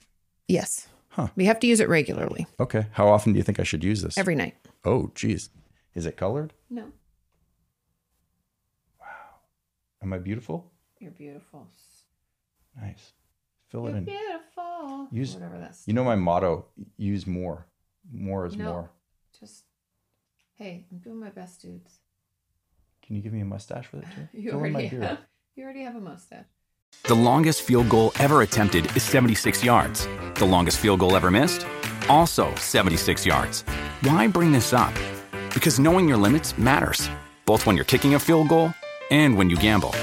Yes, we have to use it regularly Okay. How often do you think I should use this? every night. Oh, geez. Is it colored? No, Am I beautiful? you're beautiful. Nice. Fill it in. beautiful. Use- whatever that's. You know my motto use more. More is No. more. Just hey, I'm doing my best, dudes. Can you give me a mustache with it too? You Fill already in my beard. have. You already have a mustache. The longest field goal ever attempted is 76 yards. The longest field goal ever missed? Also 76 yards. Why bring this up? Because knowing your limits matters, both when you're kicking a field goal and when you gamble.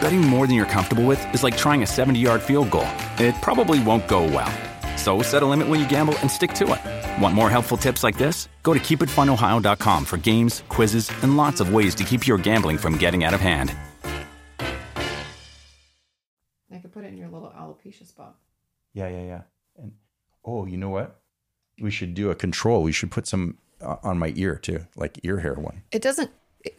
Betting more than you're comfortable with is like trying a 70 yard field goal, it probably won't go well. So set a limit when you gamble and stick to it. Want more helpful tips like this? Go to keepitfunohio.com for games, quizzes, and lots of ways to keep your gambling from getting out of hand. I could put it in your little alopecia spot. Yeah, yeah, yeah. And oh, you know what? We should do a control. We should put some uh, on my ear too, like ear hair one. It doesn't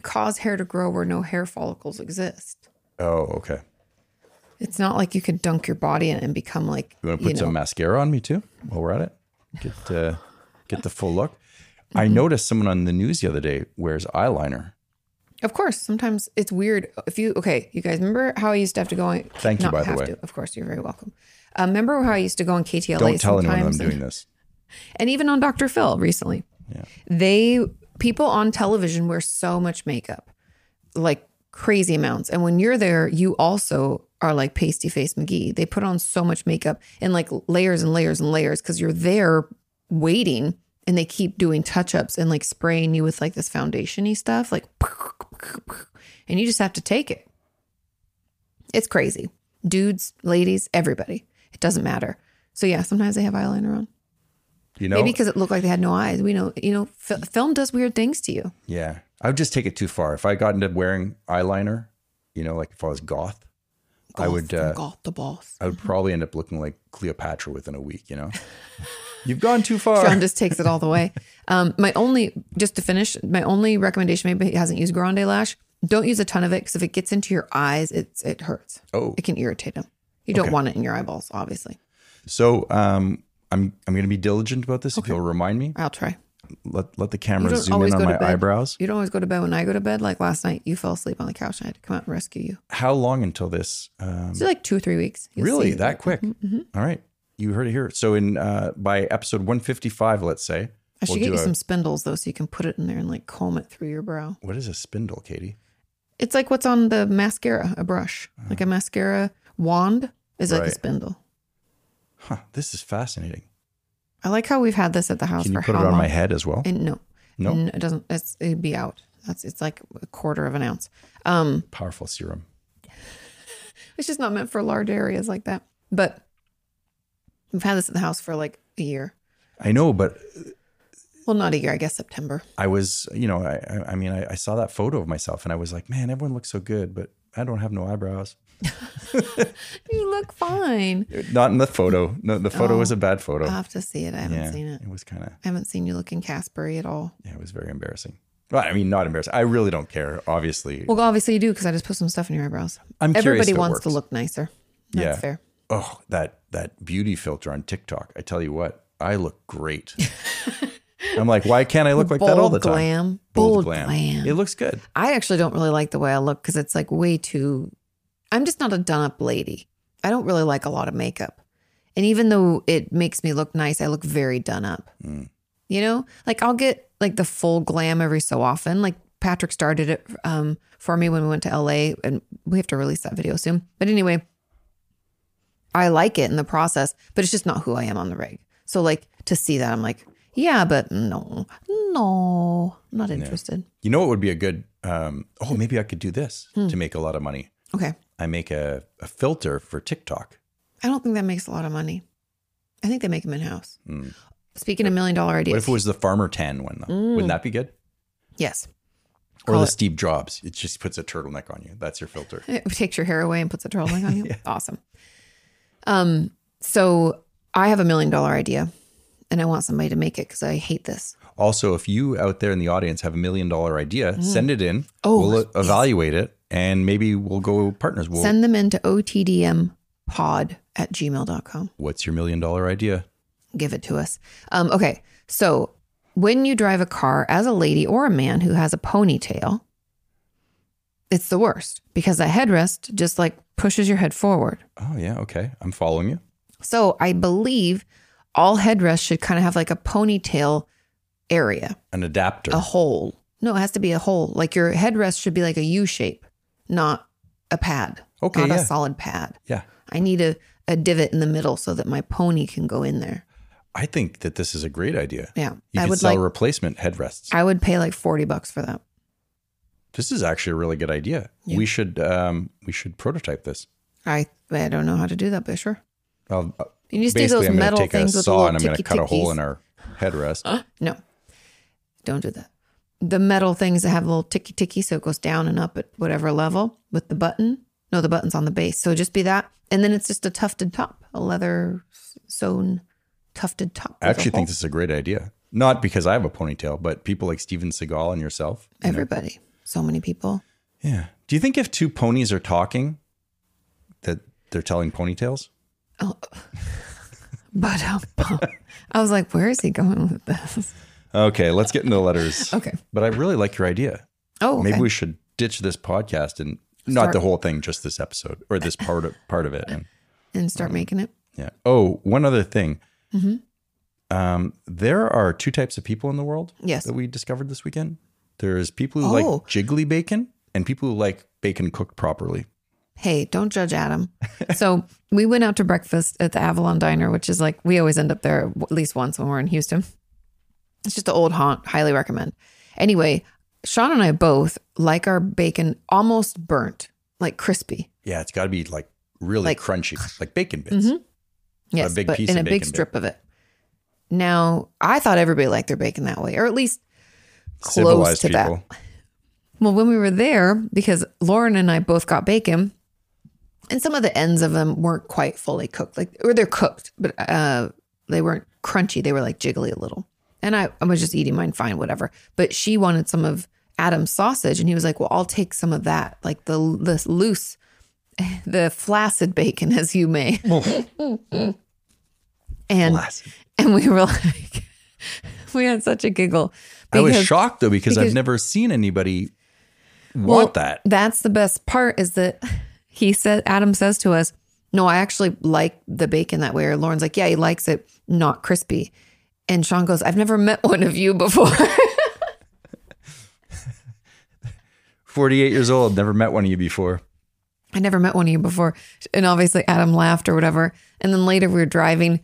cause hair to grow where no hair follicles exist. Oh, okay. It's not like you could dunk your body in it and become like you, You want to put know. some mascara on me too while we're at it? Get uh, get the full look. I Mm-hmm. noticed someone on the news the other day wears eyeliner. Of course, sometimes it's weird if you okay. You guys remember how I used to have to go? On, Thank you, not by the have way. To, of course, you're very welcome. Um, remember how I used to go on KTLA? Don't tell anyone I'm sometimes and- doing this. and even on Dr. Phil recently. They people on television wear so much makeup, like crazy amounts. And when you're there, you also are like pasty face McGee. They put on so much makeup and like layers and layers and layers because you're there waiting and they keep doing touch ups and like spraying you with like this foundation y stuff, like, and you just have to take it. It's crazy. Dudes, ladies, everybody. It doesn't matter. So, yeah, sometimes they have eyeliner on. You know, Maybe because it looked like they had no eyes. We know, you know, f- film does weird things to you. Yeah. I would just take it too far. If I got into wearing eyeliner, you know, like if I was goth, I would uh, got the boss. I would probably end up looking like Cleopatra within a week, you know? You've gone too far. Sean just takes it all the way. Um, my only, just to finish, my only recommendation, maybe he hasn't used Grande Lash. Don't use a ton of it because if it gets into your eyes, it's it hurts. Oh. it can irritate them. You don't want it in your eyeballs, obviously. so um, I'm I'm going to be diligent about this. If you'll remind me, I'll try. let let the You camera don't zoom always in on go to my bed. eyebrows. You don't always go to bed when I go to bed. Like last night, you fell asleep on the couch and I had to come out and rescue you. How long until this? Um, So like two or three weeks. You'll see. really, Mm-hmm, that quick? All right, you heard it here. So in uh, by episode 155, let's say. I should we'll get do you a- some spindles though, so you can put it in there and like comb it through your brow. What is a spindle, Katie? It's like what's on the mascara, a brush, like a mascara wand is like Uh-huh. Right. a spindle. Huh, this is fascinating. I like how we've had this at the house Can for you put it how on long? my head as well? And no, No. N- it doesn't. It's it'd be out. That's it's like a quarter of an ounce. Um, Powerful serum. it's just not meant for large areas like that. But we've had this at the house for like a year. I know, but Well, not a year, I guess September. I was, you know, I, I- I mean, I, I saw that photo of myself and I was like, man, everyone looks so good, but I don't have no eyebrows. You look fine. Not in the photo. No, the photo Oh. was a bad photo. I'll have to see it. I haven't yeah, seen it. was kind of, I haven't seen you looking Caspery at all. yeah, it was very embarrassing. Well, I mean, not embarrassing. I really don't care, obviously. Well, obviously you do because I just put some stuff in your eyebrows. I'm curious Everybody if it wants to works. look nicer. That's Yeah. fair. oh, that that beauty filter on TikTok. I tell you what, I look great. I'm like, why can't I look like that all Bold the time? glam. Bold, Bold glam. glam. It looks good. I actually don't really like the way I look because it's like way too. I'm just not a done up lady. I don't really like a lot of makeup. And even though it makes me look nice, I look very done up. You know, like I'll get like the full glam every so often. Like Patrick started it um, for me when we went to LA, and we have to release that video soon. But anyway, I like it in the process, but it's just not who I am on the rig. So, like, to see that, I'm like, yeah, but no, no, I'm not interested. You know what would be a good? Um, oh, maybe I could do this Hmm. to make a lot of money. Okay. I make a, a filter for TikTok. I don't think that makes a lot of money. I think they make them in house. Speaking of million dollar ideas, Hmm. What if it was the Farmer Tan one though? Wouldn't that be good? yes, Hmm. Or Call the it- Steve Jobs? It just puts a turtleneck on you. That's your filter. it takes your hair away and puts a turtleneck on you. Awesome. Um, so I have a million dollar idea, and I want somebody to make it because I hate this. Also, if you out there in the audience have a million dollar idea, send it in. Hmm. Oh, we'll e- evaluate it and maybe we'll go partners. We'll, Send them into otdmpod at gmail.com. what's your million dollar idea? give it to us. Um, okay, so when you drive a car as a lady or a man who has a ponytail, it's the worst because the headrest just like pushes your head forward. Oh yeah, okay. I'm following you. So I believe all headrests should kind of have like a ponytail area, An adapter. a hole. No, it has to be a hole. Like your headrest should be like a U shape, not a pad. Okay, Not yeah. a solid pad. Yeah. I need a, a divot in the middle so that my pony can go in there. I think that this is a great idea. Yeah. You I could would sell like replacement headrests. I would pay like 40 bucks for that. this is actually a really good idea. Yeah. We should um we should prototype this. I I don't know how to do that, but sure. I'll, uh, You just do basically, those I'm metal gonna take things a with saw little and I'm gonna ticky cut a hole tickies. in our headrest. No, don't do that. The metal things that have a little ticky ticky, so it goes down and up at whatever level with the button. No, the button's on the base, so just be that, and then it's just a tufted top, a leather s- sewn tufted top. with I a actually hole. think this is a great idea. Not because I have a ponytail, but people like Steven Seagal and yourself. you know? everybody, so many people. Yeah. Do you think if two ponies are talking, that they're telling ponytails? Oh. But um, I was like, where is he going with this? Okay, let's get into the letters. Okay. But I really like your idea. Oh, okay. Maybe we should ditch this podcast and not the whole thing, just this episode or this part of part of it. And and start Uh, making it. yeah. Oh, one other thing. Mm-hmm. Um, there are two types of people in the world. Yes. That we discovered this weekend. There's people who Oh. like jiggly bacon and people who like bacon cooked properly. Hey, don't judge Adam. So we went out to breakfast at the Avalon Diner, which is like we always end up there at least once when we're in Houston. It's just an old haunt. Highly recommend. Anyway, Sean and I both like our bacon almost burnt, like crispy. Yeah, it's got to be like really Like- mm-hmm. crunchy, like bacon bits. Yes, big but piece in of a big bacon strip of it. Now, I thought everybody liked their bacon that way, or at least close Civilized to that. people. Well, when we were there, because Lauren and I both got bacon, and some of the ends of them weren't quite fully cooked, like or they're cooked, but uh, they weren't crunchy. They were like jiggly a little. And I, I was just eating mine fine, whatever. But she wanted some of Adam's sausage, and he was like, "Well, I'll take some of that, like the the loose, the flaccid bacon, as you may." and Oh. Flaccid. and we were like, we had such a giggle. I was because- shocked though because, because- I've never seen anybody want Well, that. That's the best part is that he said Adam says to us, "No, I actually like the bacon that way." Or Lauren's like, "Yeah, he likes it not crispy." And Sean goes, "I've never met one of you before." 48 years old, never met one of you before. I never met one of you before. And obviously Adam laughed or whatever. And then later we were driving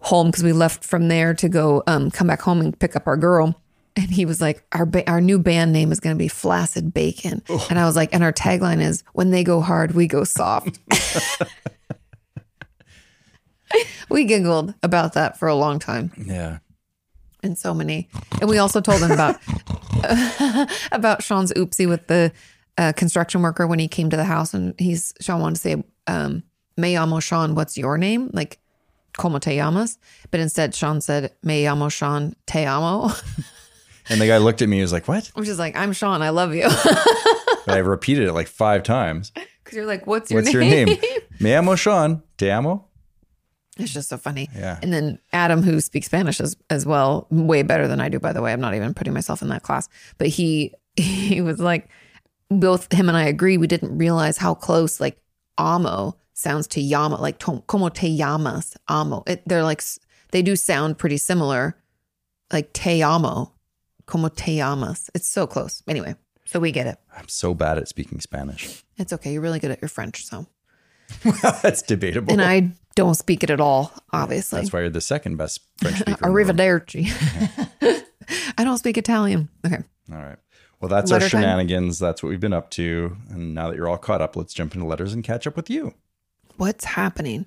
home because we left from there to go um, come back home and pick up our girl. And he was like, our, ba- our new band name is going to be Flaccid Bacon. And I was like, and our tagline is, when they go hard, we go soft. we giggled about that for a long time Yeah. and so many. And we also told him about about Sean's oopsie with the uh, construction worker when he came to the house, and he's Sean wanted to say, um, "Me llamo Sean. What's your name?" Like, "Como te llamas?" But instead, Sean said, "Me llamo Sean. Te amo," And the guy looked at me. He was like, "What?" which is like, "I'm Sean. I love you." But I repeated it like five times. Because you're like, "What's your What's your name?" name? Me amo Sean. Te amo. It's just so funny. Yeah. And then Adam, who speaks Spanish as, as well, way better than I do, by the way. I'm not even putting myself in that class. But he he was like, both him and I agree. We didn't realize how close like amo sounds to yama, like "Tom- como te llamas, amo. It, they're like s- they do sound pretty similar, like te amo, como te llamas. It's so close. Anyway, so we get it. I'm so bad at speaking Spanish. It's okay. You're really good at your French, so That's debatable. and I don't speak it at all, obviously. That's why you're the second best French speaker. in the world. Arrivederci. I don't speak Italian. Okay. All right. Well, that's Letter our time. shenanigans. That's what we've been up to. And now that you're all caught up, let's jump into letters and catch up with you. What's happening?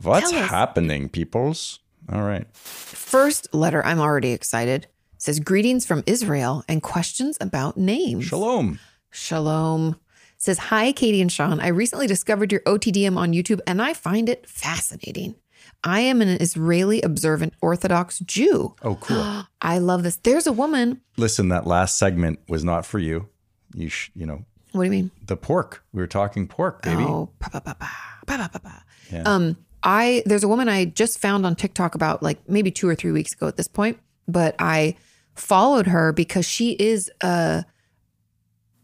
What's Tell us. happening, peoples? All right. First letter, I'm already excited. Says greetings from Israel and questions about names. Shalom. Shalom. Says, Hi, Katie and Sean. I recently discovered your OTDM on YouTube and I find it fascinating. I am an Israeli observant Orthodox Jew. Oh, cool. I love this. There's a woman. Listen, that last segment was not for you. You, sh- you know, What do you mean? the pork. We were talking pork, baby. Oh, pa pa pa pa pa pa pa pa. Um, I there's a woman I just found on TikTok about like maybe two or three weeks ago at this point, but I followed her because she is a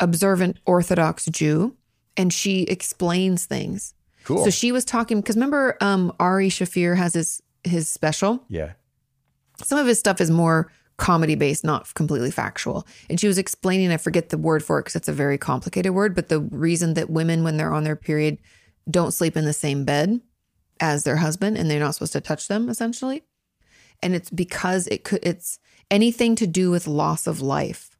observant Orthodox Jew, and she explains things. cool. So she was talking because remember um, Ari Shafir has his his special yeah. some of his stuff is more comedy based, not completely factual. And she was explaining, I forget the word for it because it's a very complicated word, but the reason that women, when they're on their period, don't sleep in the same bed as their husband and they're not supposed to touch them essentially. And it's because it could, it's anything to do with loss of life.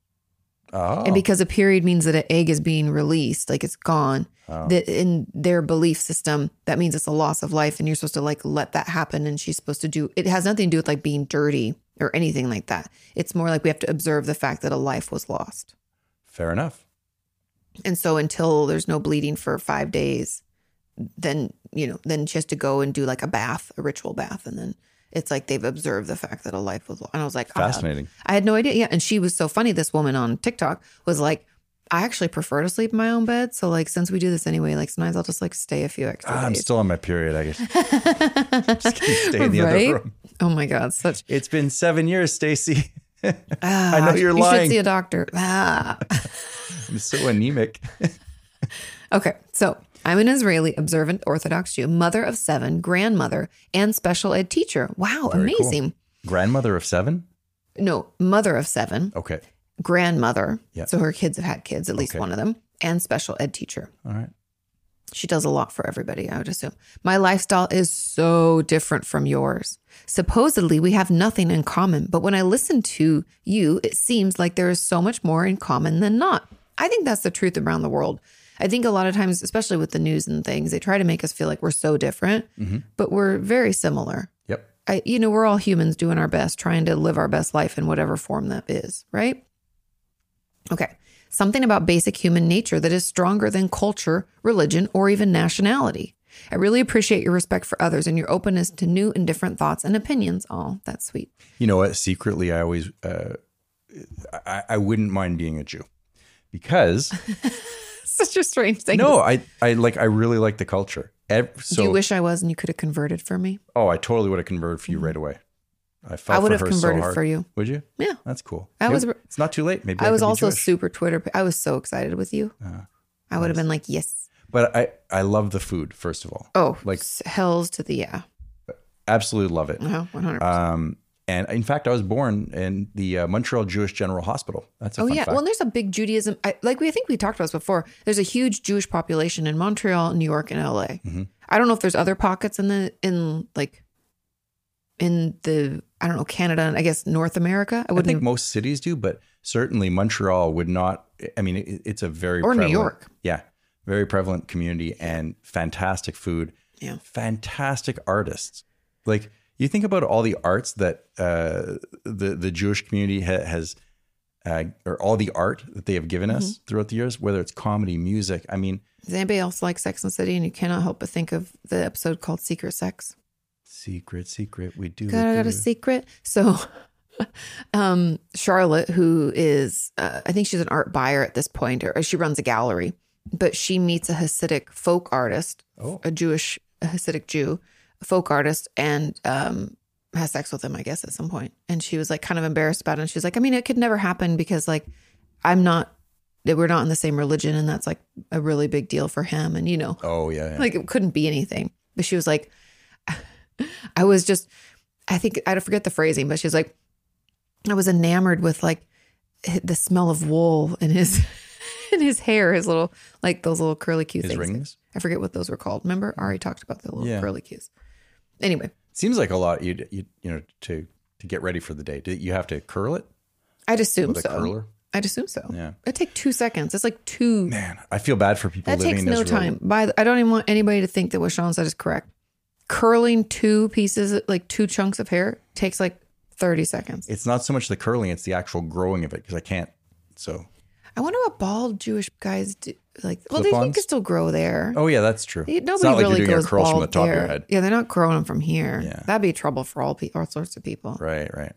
Oh. And because a period means that an egg is being released, like it's gone. That in their belief system, that means it's a loss of life, and you're supposed to like let that happen. And she's supposed to do it has nothing to do with like being dirty or anything like that. It's more like we have to observe the fact that a life was lost. Fair enough. And so until there's no bleeding for five days, then you know, then she has to go and do like a bath, a ritual bath, and then it's like they've observed the fact that a life was lost. And I was like, ah, Fascinating. I had no idea. Yeah. And she was so funny. This woman on TikTok was like, I actually prefer to sleep in my own bed. So like, since we do this anyway, like sometimes I'll just like stay a few extra Ah, I'm days. still on my period. I guess. Just gonna stay in the Right? other room. Oh my God. Such, It's been seven years, Stacy. ah, I know you're you should lying. see a doctor. Ah. I'm so anemic. Okay, so I'm an Israeli observant Orthodox Jew, mother of seven, grandmother, and special ed teacher. Wow, Very cool. amazing. Grandmother of seven. No, mother of seven, Okay. grandmother. Oh. Yeah. So her kids have had kids, at least Okay. one of them, and special ed teacher. All right. She does a lot for everybody, I would assume. My lifestyle is so different from yours. Supposedly, we have nothing in common, but when I listen to you, it seems like there is so much more in common than not. I think that's the truth around the world. I think a lot of times, especially with the news and things, they try to make us feel like we're so different, but we're very similar. Yep. I, you know, we're all humans doing our best, trying to live our best life in whatever form that is, right? Okay. something about basic human nature that is stronger than culture, religion, or even nationality. I really appreciate your respect for others and your openness to new and different thoughts and opinions. All that's sweet. You know what? Secretly, I always, uh, I, I wouldn't mind being a Jew because Such a strange thing. no, I, I like, I really like the culture. Ev- so, Do you wish I was and you could have converted for me? oh, I totally would have converted for you right away. I, fought I would for have her converted so hard. for you. Would you? Yeah. That's cool. I It- was- It's not too late. Maybe I was could be also Jewish. Uh, super Twitter. I was so excited with you. I would have been like, yes. But I, I love the food first of all. Oh, like like hells to the yeah. absolutely love it. Uh-huh, 100%. Um, and in fact, I was born in the uh, Montreal Jewish General Hospital. That's a oh fun yeah. fact. Well, and there's a big Judaism. I, like we I think we talked about this before. There's a huge Jewish population in Montreal, New York, and LA. Mm-hmm. I don't know if there's other pockets in the in like in the I don't know Canada and I guess North America. I I wouldn't think most cities do, but certainly Montreal would not. I mean, it, it's a very Or New prevalent- York. yeah, very prevalent community and fantastic food. Yeah, fantastic artists. Like you think about all the arts that uh, the the Jewish community ha- has, uh, or all the art that they have given us Mm-hmm. throughout the years, whether it's comedy, music. I mean, Does anybody else like Sex and the City? And you cannot help but think of the episode called Secret Sex. secret, secret, we do. God, I we got do. a secret. So, um, Charlotte, who is, uh, I think she's an art buyer at this point, or, or she runs a gallery, but she meets a Hasidic folk artist, Oh. a Jewish, a Hasidic Jew, a folk artist, and um, has sex with him, I guess, at some point. And she was like kind of embarrassed about it. And she was like, I mean, it could never happen because, like, I'm not, that we're not in the same religion. And that's like a really big deal for him. And, you know, Oh yeah, yeah. like it couldn't be anything. But she was like, I was just, I think I forget the phrasing, but she's like, I was enamored with like h- the smell of wool in his in his hair, his little like those little curly Q his things. rings. I forget what those were called. Remember, Ari talked about the little Yeah. curly Qs. Anyway, Seems like a lot. You you you know to to get ready for the day. Do you have to curl it I'd assume with a so. curler? I'd assume so. Yeah. It'd take two seconds. It's like two. Man, I feel bad for people That living takes in no Israel. time. By the, I don't even want anybody to think that what Sean said is correct. Curling two pieces, like two chunks of hair, takes like thirty seconds. It's not so much the curling; it's the actual growing of it because I can't. So, I wonder what bald Jewish guys do. Like, well, they Clip-ons? can still grow there. oh yeah, that's true. They- it's Nobody not like really you're doing goes a curl bald from the top there. of your head, Yeah, they're not growing them from here. Yeah. That'd be trouble for all pe- all sorts of people. right? Right.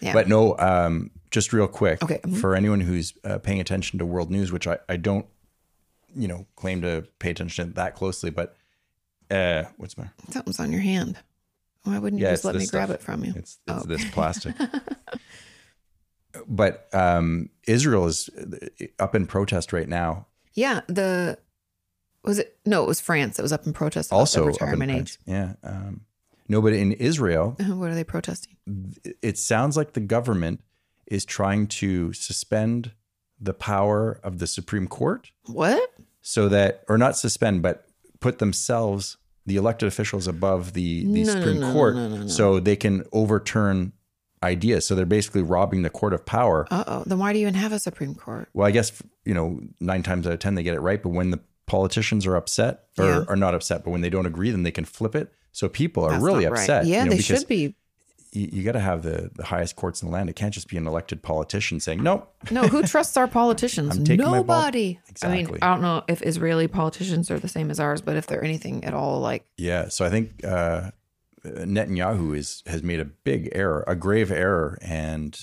Yeah. But no, um, just real quick, Okay. Mhm. for anyone who's uh, paying attention to world news, which I, I don't, you know, claim to pay attention that closely, but uh, what's my Something's on your hand. Why wouldn't you Yeah, just it's let this me grab stuff. it from you? It's, it's Oh. this plastic. but um, Israel is uh, up in protest right Oh, now. Yeah. The was it? No, it was France. It was up in protest. about Also, the up in retirement age. protest. Yeah. Um, no, but in Israel, what are they protesting? it sounds like the government is trying to suspend the power of the Supreme Court What? so that, or not suspend, but put themselves, the elected officials above the, No, the no, Supreme no, no, Court no, no, no. so they can overturn ideas. So they're basically robbing the court of power. Uh oh. Then why do you even have a Supreme Court? well, I guess you know nine times out of ten they get it right, but when the politicians are upset or Yeah. are not upset, but when they don't agree, then they can flip it. So people are That's really not right. upset. Yeah, you know, they because should be. You, got to have the the highest courts in the land. It can't just be an elected politician saying nope. No, who trusts our politicians? I'm taking my ball- Nobody. I mean, Exactly. I don't know if Israeli politicians are the same as ours, but if they're anything at all like Yeah. So I think uh, Netanyahu is has made a big error, a grave error, and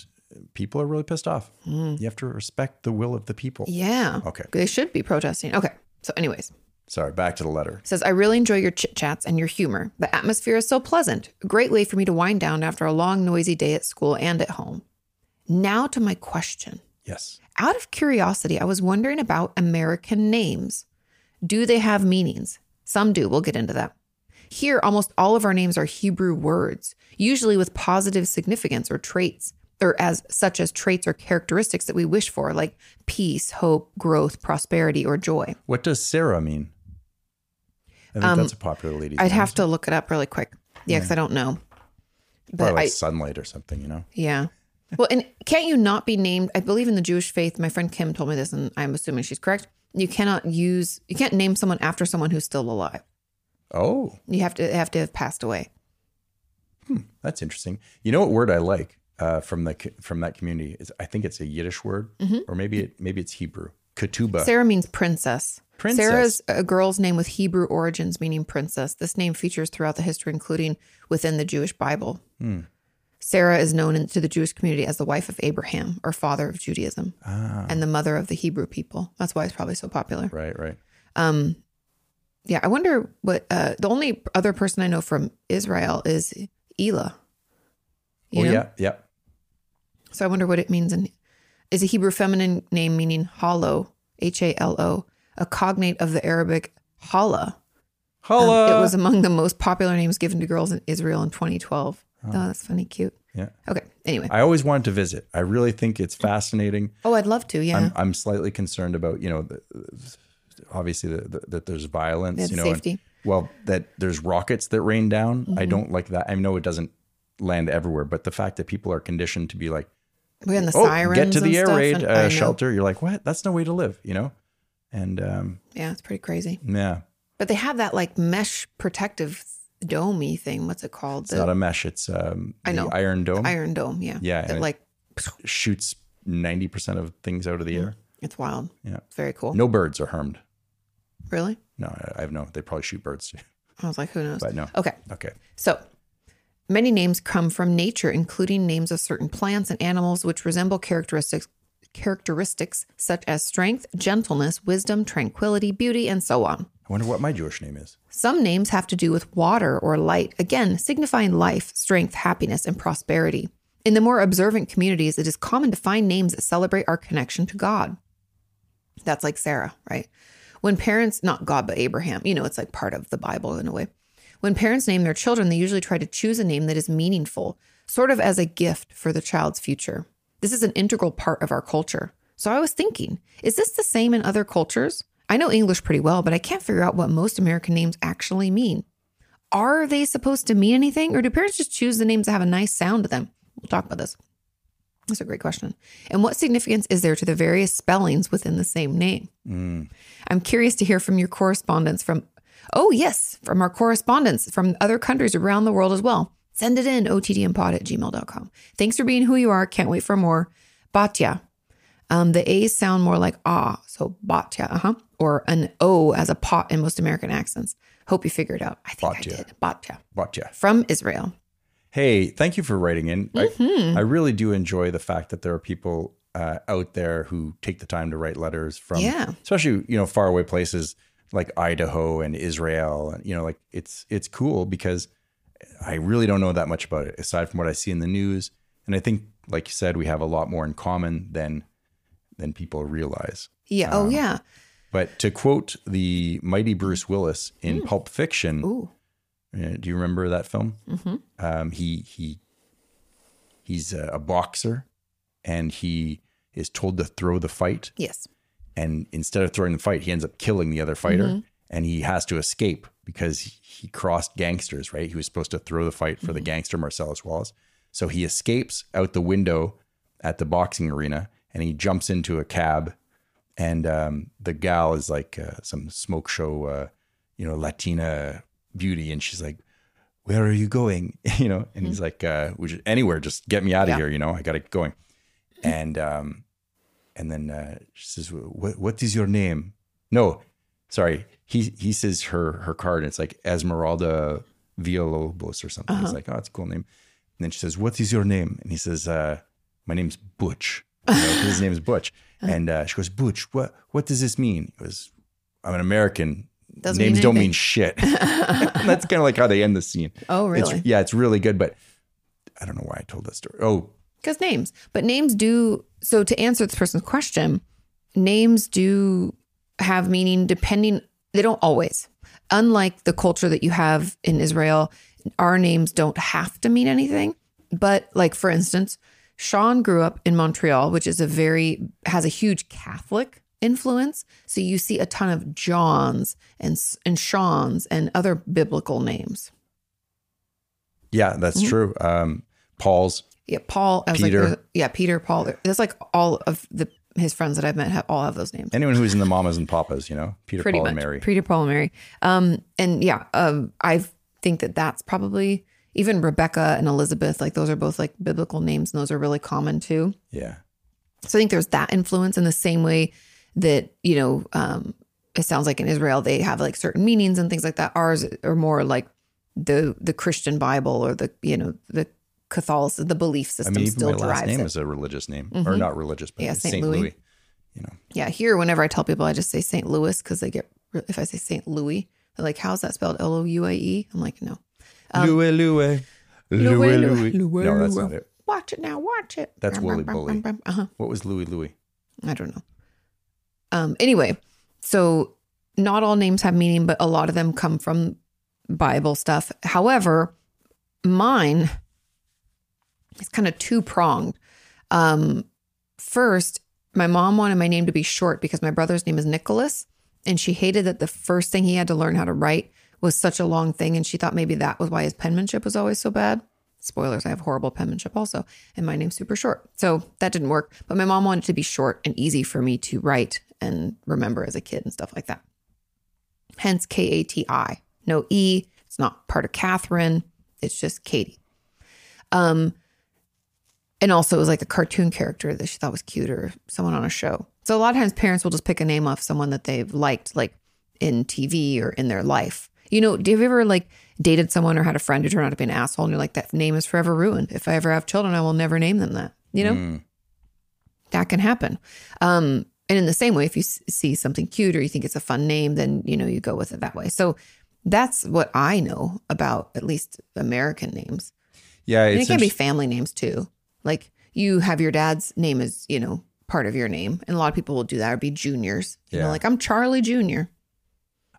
people are really pissed off. You have to respect the will of the people. Hmm. Yeah. Oh, Okay. They should be protesting. Okay. So, anyways, Sorry, back to the letter. says, I really enjoy your chit chats and your humor. The atmosphere is so pleasant. A great way for me to wind down after a long, noisy day at school and at home. Now to my question. Yes. Out of curiosity, I was wondering about American names. Do they have meanings? Some do. We'll get into that. Here, almost all of our names are Hebrew words, usually with positive significance or traits, or as such as traits or characteristics that we wish for, like peace, hope, growth, prosperity, or joy. What does Sarah mean? I think Um, that's a popular lady's I'd name. have to look it up really quick. Yeah, because I don't know. Probably But like I, sunlight or something, you know? Yeah. Well, and can't you not be named? I believe in the Jewish faith. My friend Kim told me this, and I'm assuming she's correct. You cannot use, you can't name someone after someone who's still alive. Oh, You have to have to have passed away. that's interesting. You know what word I like? uh, from the co- from that community. It's, I think it's a Yiddish word, or maybe it maybe it's Hebrew. Ketubah. Mm-hmm. Sarah means princess. Princess. Sarah's a girl's name with Hebrew origins meaning princess. This name features throughout the history, including within the Jewish Bible. Sarah is known in, to the Jewish community as the wife of Abraham or father of Judaism and the mother of the Hebrew people. That's why it's probably so popular. right, right. Um, Yeah, I wonder what uh, the only other person I know from Israel is Elah. You oh know? Um, yeah, yeah. So I wonder what it means. And is a Hebrew feminine name meaning hollow, H A L O, a cognate of the Arabic hala. Um, Hello. it was among the most popular names given to girls in Israel in 2012. Oh, that's funny, cute. yeah. Okay. Anyway. I always wanted to visit. I really think it's fascinating. oh, I'd love to. Yeah. I'm, I'm slightly concerned about you know, the, obviously the, the, that there's violence. Yeah, the you know, and- safety. Mm-hmm. well, that there's rockets that rain down. I don't like that. I know it doesn't land everywhere, but the fact that people are conditioned to be like, We're in the oh, sirens. get to and the air stuff, raid and- I uh, know. shelter. You're like, what? That's no way to live. You know, and um, Yeah, it's pretty crazy. yeah, But they have that like mesh protective domey thing. What's it called? it's not a mesh. It's um, I know. the iron dome iron dome. Yeah. Yeah, That and it- like, shoots ninety percent of things out of the air. it's wild. Yeah. It's very Mm. cool. No birds are harmed. Really? No, I- I have no. They probably shoot birds too. I was like, who knows? But no. Okay. Okay. So many names come from nature, including names of certain plants and animals which resemble characteristics characteristics such as strength, gentleness, wisdom, tranquility, beauty, and so on. I wonder what my Jewish name is. Some names have to do with water or light, again, signifying life, strength, happiness, and prosperity. In the more observant communities, it is common to find names that celebrate our connection to God. That's like Sarah, right? When parents, not God, but Abraham, you know, it's like part of the Bible in a way. When parents name their children, they usually try to choose a name that is meaningful, sort of as a gift for the child's future. This is an integral part of our culture. So I was thinking, is this the same in other cultures? I know English pretty well, but I can't figure out what most American names actually mean. Are they supposed to mean anything, or do parents just choose the names that have a nice sound to them? We'll talk about this. That's a great question. And what significance is there to the various spellings within the same name? I'm curious to hear from your correspondence from, oh, yes, from our correspondents from other countries around the world as well. Send it in, ottdmpod at gmail.com. Thanks for being who you are. Can't wait for more. Batya. Um, the A's sound more like ah, so batya, uh huh, or an O as a pot in most American accents. Hope you figure it out. I think Batya. I did. Batya. But yeah. From Israel. Hey, thank you for writing in. I, I really do enjoy the fact that there are people uh, out there who take the time to write letters from, Yeah. especially you know faraway places like Idaho and Israel. And you know, like it's it's cool because I really don't know that much about it aside from what I see in the news. And I think, like you said, we have a lot more in common than than people realize. Yeah. oh, yeah. But to quote the mighty Bruce Willis in Pulp Fiction, Ooh. uh, do you remember that film? Mm-hmm. Um, he he he's a, a boxer, and he is told to throw the fight. Yes. And instead of throwing the fight, he ends up killing the other fighter, and he has to escape because he crossed gangsters. Right? He was supposed to throw the fight for the gangster Marcellus Wallace, so he escapes out the window at the boxing arena, and he jumps into a cab. And um, the gal is like uh, some smoke show, uh, you know, Latina beauty, and she's like, where are you going? You know, and Mm-hmm. he's like, uh, we should, anywhere, just get me out of here. You know, I got to get going. Mm-hmm. And, um, and then, uh, she says, what, what is your name? No, sorry. He, he says her, her card and it's like Esmeralda Villalobos or something. Uh-huh. He's like, oh, it's a cool name. And then she says, what is your name? And he says, uh, my name's Butch. You know, his name is Butch. Uh-huh. And, uh, she goes, Butch, what, what does this mean? He goes, I'm an American. Doesn't mean Names don't anything. mean shit. That's kind of like how they end the scene. Oh, really? It's, yeah, it's really good, but I don't know why I told that story. Oh, Because names, but names do. So to answer this person's question, names do have meaning depending. They don't always. Unlike the culture that you have in Israel, our names don't have to mean anything. But like for instance, Sean grew up in Montreal, which is a very has a huge Catholic influence. So you see a ton of Johns and and Sean's and other biblical names. yeah, that's Mm-hmm. true. Um, Paul's. Yeah, Paul. I was Peter. like, uh, yeah, Peter, Paul. That's like all of the his friends that I've met have all have those names. Anyone who's in the mamas and papas, you know, Peter, Pretty Paul, much, and Mary. Peter, Paul, and Mary. Um, and yeah, um, I think that that's probably Even Rebecca and Elizabeth, like those are both like biblical names, and those are really common too. Yeah. So I think there's that influence in the same way that, you know, um, it sounds like in Israel they have like certain meanings and things like that. Ours are more like the the Christian Bible or the, you know, the Catholicism, the belief I system mean, even still my last derives name it. Mm-hmm. is a religious name, or not religious, but Yeah, it's Saint Saint Louis. Louis. You know, yeah, here whenever I tell people I just say St. Louis because they get if I say St. Louis, they're like, How's that spelled? L O U A E? I'm like, no. Louis, Louis, Um, Louis, Louis, Louis. Louis. Louis, No, that's Louis. not it. Watch it now, watch it. That's Brum, Wooly brum, brum, Bully. brum, brum. Uh-huh. What was Louis Louis? I don't know. Um, anyway, so not all names have meaning, but a lot of them come from Bible stuff. However, mine is kind of two pronged. Um, first, my mom wanted my name to be short because my brother's name is Nicholas, and she hated that the first thing he had to learn how to write was such a long thing, and she thought maybe that was why his penmanship was always so bad. Spoilers, I have horrible penmanship also, and my name's super short. So that didn't work. But my mom wanted it to be short and easy for me to write and remember as a kid and stuff like that. Hence K A T I. No E. It's not part of Catherine. It's just Katie. Um, and also it was like a cartoon character that she thought was cute or someone on a show. So a lot of times parents will just pick a name off someone that they've liked, like in TV or in their life. You know, do you ever like dated someone or had a friend who turned out to be an asshole and you're like, that name is forever ruined. If I ever have children, I will never name them that. You know? that can happen. Um, and in the same way, if you s- see something cute or you think it's a fun name, then you know you go with it that way. So that's what I know about at least American names. Yeah, And it's it can be interest- family names too. Like you have your dad's name as you know part of your name, and a lot of people will do that. Or be juniors. You know, Yeah. like I'm Charlie Junior.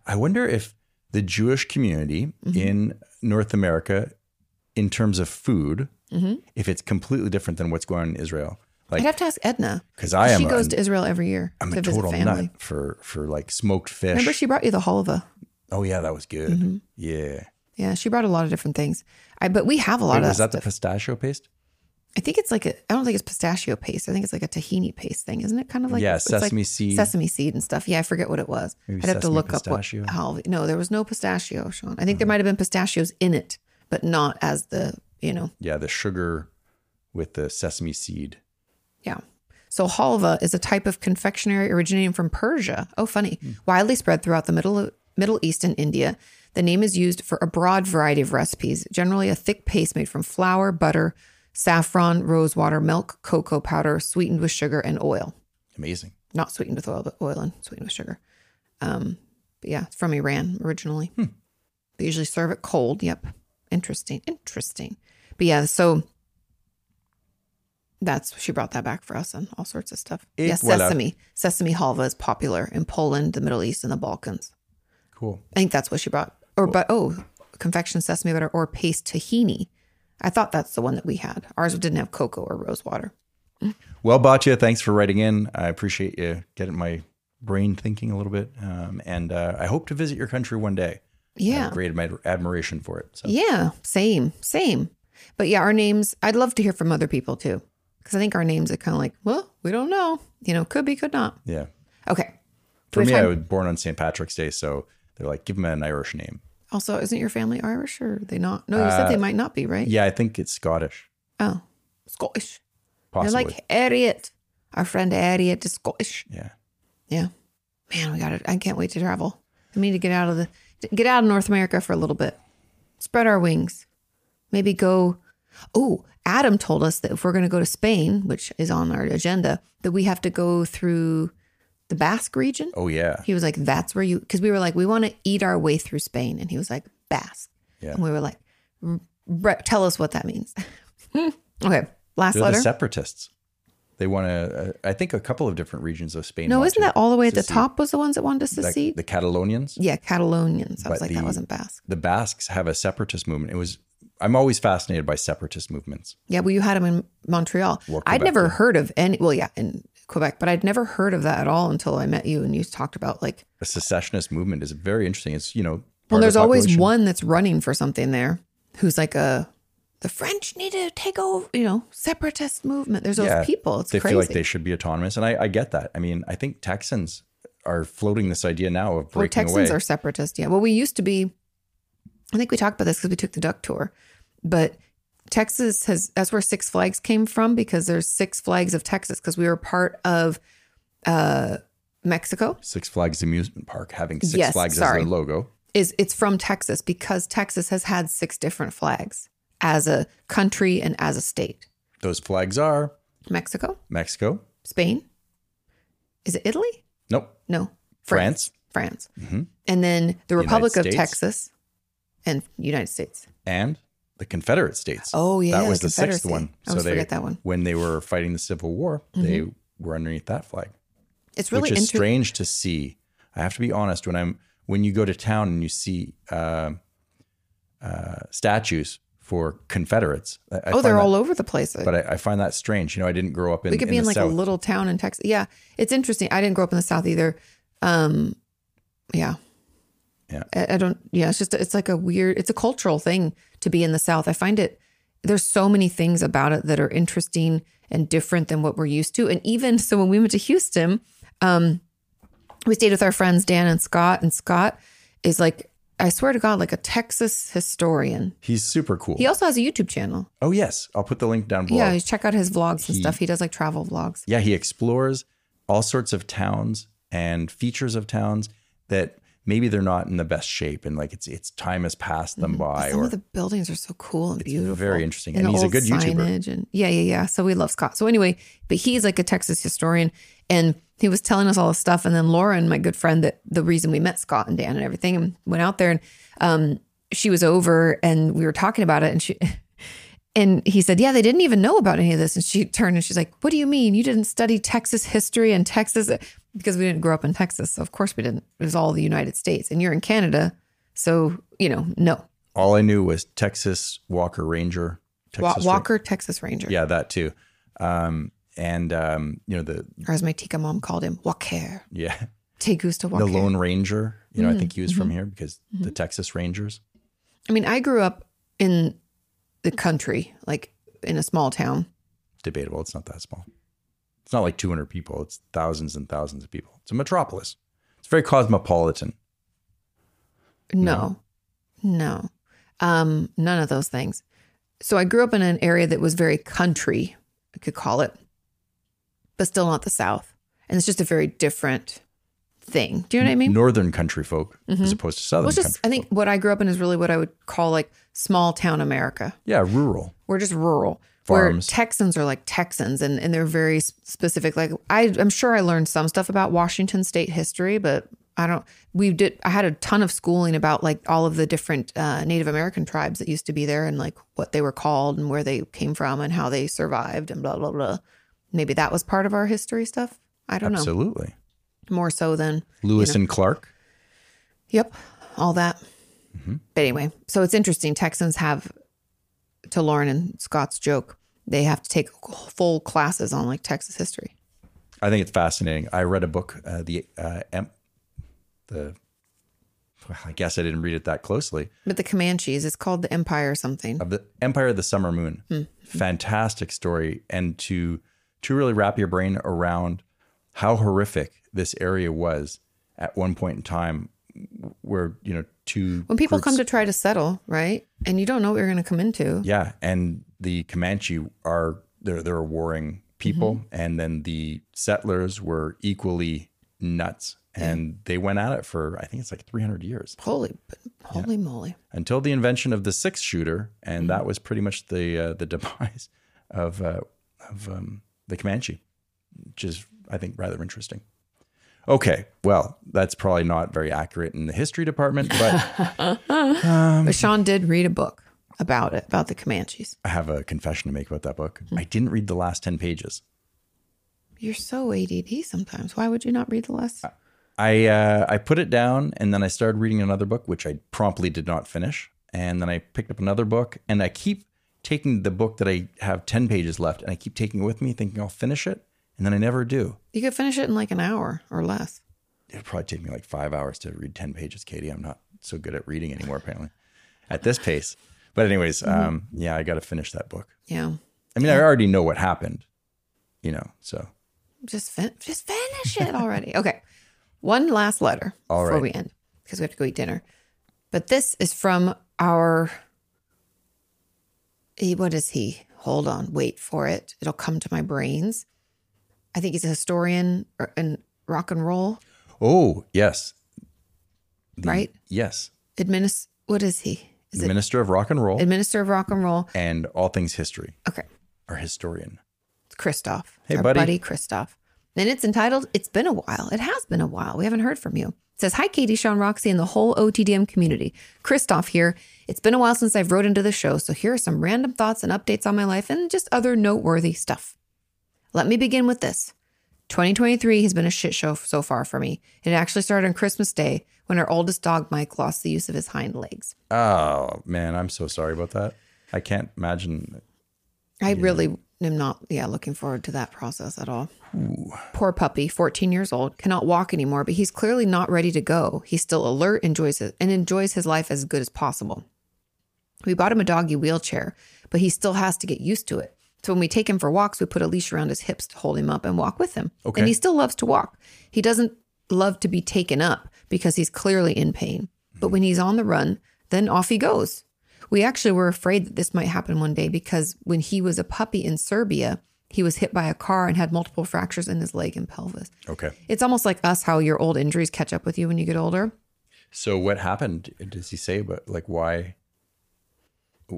I wonder if the Jewish community Mm-hmm. in North America, in terms of food, if it's completely different than what's going on in Israel. Mm-hmm. I'd Like, have to ask Edna 'Cause I am She goes a- to Israel every year I'm to a visit total family. nut for for like smoked fish. Remember, she brought you the halva. oh yeah, that was good. Yeah, Yeah, she brought a lot of different things. I but we have a lot Wait, of was that that the pistachio paste? I think it's like a. I don't think it's pistachio paste. I think it's like a tahini paste thing, isn't it? Kind of like yeah, it's like sesame seed. sesame seed and stuff. Yeah, I forget what it was. Maybe I'd have to sesame look pistachio? Uh-huh. up what. How, no, there was no pistachio, Sean. I think there might have been pistachios in it, but not as the you know. Yeah, the sugar with the sesame seed. Yeah. So halva is a type of confectionery originating from Persia. Oh, funny. Widely spread throughout the Middle Middle East and India. The name is used for a broad variety of recipes, generally a thick paste made from flour, butter, saffron, rosewater, milk, cocoa powder, sweetened with sugar and oil. Amazing. Not sweetened with oil, but oil and sweetened with sugar. Um, but yeah, it's from Iran originally. They usually serve it cold. Yep. Interesting. Interesting. But yeah, so that's she brought that back for us and all sorts of stuff. Et yes, voilà. sesame. Sesame halva is popular in Poland, the Middle East, and the Balkans. Cool. I think that's what she brought. Or but oh, confection sesame butter or paste tahini. I thought that's the one that we had. Ours didn't have cocoa or rose water. Well, Batya, thanks for writing in. I appreciate you getting my brain thinking a little bit. Um, and uh, I hope to visit your country one day. I Yeah. have great admir- admiration for it. So. Yeah, same, same. But yeah, our names, I'd love to hear from other people too. Because I think our names are kind of like, well, we don't know. You know, could be, could not. Yeah. Okay. Do For we have me, time? I was born on St. Patrick's Day, so they're like, give him an Irish name. Also, isn't your family Irish or are they not? No, you said they might not be, right? Uh, Yeah, I think it's Scottish, Oh, Scottish. possibly. They're like Harriet. Our friend Harriet is Scottish. yeah. Yeah. Man, we got to I can't wait to travel. I need to get out of the get out of North America for a little bit. Spread our wings. Maybe go Oh, Adam told us that if we're going to go to Spain, which is on our agenda, that we have to go through the Basque region. Oh, yeah. He was like, "That's where you," because we were like, "We want to eat our way through Spain," and he was like, "Basque," Yeah. and we were like, "R- re- "Tell us what that means." okay, last They're letter. the separatists. They want to, uh, I think, a couple of different regions of Spain. no, want isn't to that all the way at the secede. top? Was the ones that wanted to Like, secede? the Catalonians? yeah, Catalonians. I was But like, that the- wasn't Basque. The Basques have a separatist movement. It was, I'm always fascinated by separatist movements. Yeah, well, you had them in Montreal. Well, I'd Quebec, never yeah. heard of any. Well, yeah, in Quebec, but I'd never heard of that at all until I met you and you talked about like. A secessionist movement is very interesting. It's, you know, Well, part of there's the always population. one that's running for something there, who's like a. The French need to take over, you know, separatist movement. There's those Yeah, people. It's they crazy. feel like they should be autonomous. And I, I get that. I mean, I think Texans are floating this idea now of Well, breaking Texans away. are separatist. Yeah. Well, we used to be. I think we talked about this because we took the duck tour, but Texas has that's where Six Flags came from because there's Six Flags of Texas because we were part of uh, Mexico. Six Flags Amusement Park having Six Yes, Flags sorry. as their logo. Is it's from Texas because Texas has had six different flags as a country and as a state. Those flags are Mexico, Mexico. Spain, is it Italy? Nope. No, France. France, Mhm. and then the United Republic of States. Texas and United States. and the Confederate states. Oh, yeah, that was the sixth Confederacy. one. I always forget that one. Mm-hmm. When they were fighting the Civil War, they were underneath that flag, It's really which is inter- strange to see. I have to be honest. When I'm when you go to town and you see um uh, statues for Confederates, I, I Oh, find they're that- all over the place. But I, I find that strange. You know, I didn't grow up in. we could in be the in like South. a little town in Texas. Yeah, it's interesting. I didn't grow up in the South either. Um, yeah, Yeah. I, I don't. Yeah, it's just it's like a weird. It's a cultural thing to be in the South. I find it. There's so many things about it that are interesting and different than what we're used to. And even so, when we went to Houston, um, we stayed with our friends Dan and Scott, and Scott is like, I swear to God, like a Texas historian. He's super cool. He also has a YouTube channel. oh yes, I'll put the link down below. Yeah, check out his vlogs and stuff. He does like travel vlogs. yeah, he explores all sorts of towns and features of towns that maybe they're not in the best shape and like it's it's time has passed them by Mm-hmm. Some or of the buildings are so cool and It's beautiful. very interesting. the And he's a old good YouTuber. signage And yeah, yeah, yeah. So we love Scott. So anyway, but he's like a Texas historian and he was telling us all this stuff. And then Lauren, my good friend, that the reason we met Scott and Dan and everything and went out there and um, she was over and we were talking about it and she and he said, Yeah, they didn't even know about any of this. And she turned and she's like, What do you mean? You didn't study Texas history and Texas because we didn't grow up in Texas. So of course we didn't. It was all the United States. And you're in Canada. So, you know, no. all I knew was Texas Walker Ranger. Wa- Texas Ra- Walker, Texas Ranger. yeah, that too. Um, and um, you know the Or as my Tika mom called him, Walker. yeah Te gusta Walker. Mm-hmm. the Lone Ranger. You know I think he was from here because the Texas Rangers. I mean, I grew up in the country, like in a small town. Debatable. It's not that small. It's not like 200 people. It's thousands and thousands of people. It's a metropolis. It's very cosmopolitan. No, no, um, none of those things. So I grew up in an area that was very country, I could call it, but still not the South. And it's just a very different thing. Do you know what I mean? Mm-hmm. Northern country folk as opposed to southern Well, it's just, country. I think folk. what I grew up in is really what I would call like small town America. yeah, rural. we're just rural. Farms. Where Texans are like Texans and, and they're very s- specific. Like I, I'm sure I learned some stuff about Washington state history, but I don't, we did, I had a ton of schooling about like all of the different uh, Native American tribes that used to be there and like what they were called and where they came from and how they survived and blah, blah, blah. Maybe that was part of our history stuff. I don't Absolutely. know. More so than Lewis and Clark. Yep, all that. But anyway, so it's interesting. Texans have, to Lauren and Scott's joke, they have to take full classes on like Texas history. I think it's fascinating. I read a book, uh, the uh, M, the. Well, I guess I didn't read it that closely. But the Comanches, it's called the Empire or something. Of the Empire of the Summer Moon, Hmm. fantastic story, and to to really wrap your brain around how horrific this area was at one point in time, where you know two When people groups- come to try to settle, right? And you don't know what you're going to come into. Yeah, and the Comanche are they're they're a warring people, and then the settlers were equally nuts, and they went at it for I think it's like three hundred years Holy, holy moly. until the invention of the six shooter, and that was pretty much the uh, the demise of uh, of um, the Comanche, which is I think rather interesting. Okay, well, that's probably not very accurate in the history department, but Um, But Sean did read a book about it, about the Comanches. I have a confession to make about that book. I didn't read the last ten pages. You're so ADD sometimes. Why would you not read the last? I uh, I put it down and then I started reading another book, which I promptly did not finish. And then I picked up another book, and I keep taking the book that I have ten pages left, and I keep taking it with me, thinking I'll finish it, and then I never do. You could finish it in like an hour or less. It'd probably take me like five hours to read ten pages, Katie. I'm not so good at reading anymore, apparently, at this pace. But anyways, Mm-hmm. um, yeah, I got to finish that book. Yeah. I mean, I already know what happened, you know. So just fin- just finish it already. okay. One last letter All before right. we end because we have to go eat dinner. But this is from our he- what is he? Hold on, wait for it. It'll come to my brains. I think he's a historian or- in rock and roll, Oh, yes. right? Yes. Administ- what is he? Is the it Minister of Rock and Roll administrator of rock and roll? and all things history, Okay, our historian. it's Christoph. It's Hey, our buddy. buddy Christoph. And it's entitled "It's Been a While." It has been a while. We haven't heard from you. It says, "Hi, Katie, Sean, Roxy, and the whole OTDM community. Christoph here. It's been a while since I've wrote into the show, so here are some random thoughts and updates on my life and just other noteworthy stuff. Let me begin with this. 2023 has been a shit show so far for me. It actually started on Christmas Day when our oldest dog Mike lost the use of his hind legs. Oh, man, I'm so sorry about that. I can't imagine. I really am not, yeah, looking forward to that process at all. Poor puppy, 14 years old, cannot walk anymore, but he's clearly not ready to go. He's still alert, enjoys it, and enjoys his life as good as possible. We bought him a doggy wheelchair, but he still has to get used to it. So when we take him for walks, we put a leash around his hips to hold him up and walk with him. Okay. And he still loves to walk. He doesn't love to be taken up because he's clearly in pain. But when he's on the run, then off he goes. We actually were afraid that this might happen one day because when he was a puppy in Serbia, he was hit by a car and had multiple fractures in his leg and pelvis. Okay. It's almost like us how your old injuries catch up with you when you get older. So, what happened? Does he say about like why,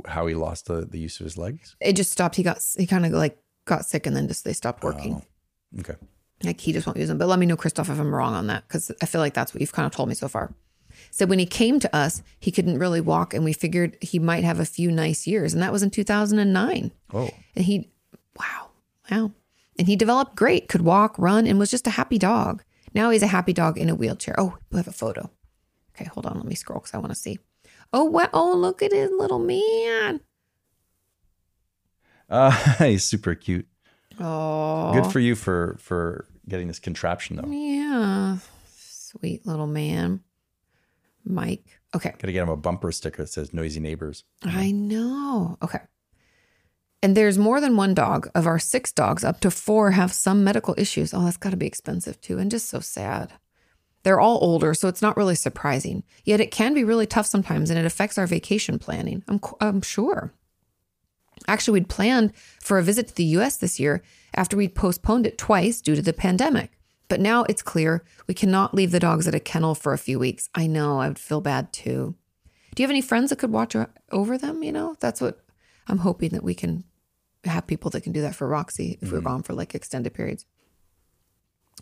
how he lost the, the use of his legs? It just stopped. He got he kind of like got sick and then just they stopped working. Oh, Okay. Like he just won't use them. But let me know, Christoph, if I'm wrong on that, because I feel like that's what you've kind of told me so far. So when he came to us, he couldn't really walk, and we figured he might have a few nice years, and that was in 2009. Oh, And he, wow, wow. And he developed great, could walk, run, and was just a happy dog. Now he's a happy dog in a wheelchair. Oh, we have a photo. Okay, hold on. Let me scroll because I want to see. Oh, wow. Oh, look at his little man. uh, he's super cute. Oh, Good for you for for getting this contraption though. yeah. Sweet little man. Mike. Okay. Gotta get him a bumper sticker that says "Noisy Neighbors." I know. Okay. And there's more than one dog. Of our six dogs, up to four have some medical issues. Oh, that's got to be expensive too, and just so sad. They're all older, so it's not really surprising. Yet it can be really tough sometimes, and it affects our vacation planning. I'm, qu- I'm sure. Actually, we'd planned for a visit to the US this year after we'd postponed it twice due to the pandemic. But now it's clear we cannot leave the dogs at a kennel for a few weeks. I know, I would feel bad too. Do you have any friends that could watch o- over them? You know, that's what I'm hoping that we can have people that can do that for Roxy if we're Mm-hmm. gone for like extended periods.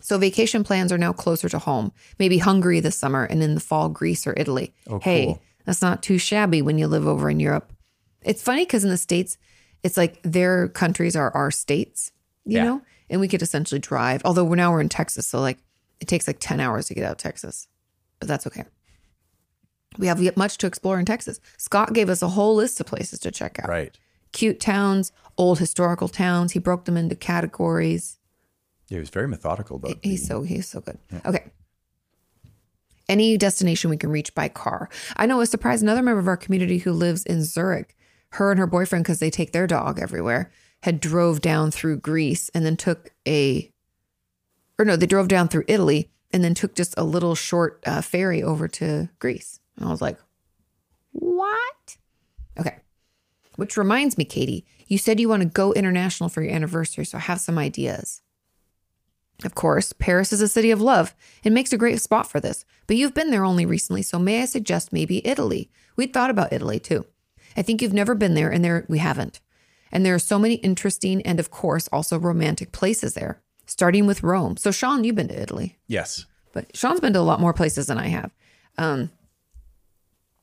So vacation plans are now closer to home, maybe Hungary this summer and in the fall, Greece or Italy. hey, Oh, cool. that's not too shabby when you live over in Europe. It's funny because in the States, it's like their countries are our states, you Yeah. know, and we could essentially drive. Although we're now we're in Texas, so like it takes like 10 hours to get out of Texas, but that's okay. We have yet much to explore in Texas. Scott gave us a whole list of places to check out. Right. Cute towns, old historical towns. He broke them into categories. Yeah, he was very methodical about the- He's so he's so good. Okay. Any destination we can reach by car. I know it surprised another member of our community who lives in Zurich. Her and her boyfriend, because they take their dog everywhere, had drove down through Greece and then took a, or no, they drove down through Italy and then took just a little short uh, ferry over to Greece. And I was like, what? Okay. Which reminds me, Katie, you said you want to go international for your anniversary, so I have some ideas. Of course, Paris is a city of love and makes a great spot for this, but you've been there only recently, so may I suggest maybe Italy? We'd thought about Italy too. I think you've never been there, and there we haven't. And there are so many interesting and, of course, also romantic places there, starting with Rome. So, Sean, you've been to Italy, Yes. but Sean's been to a lot more places than I have. Um,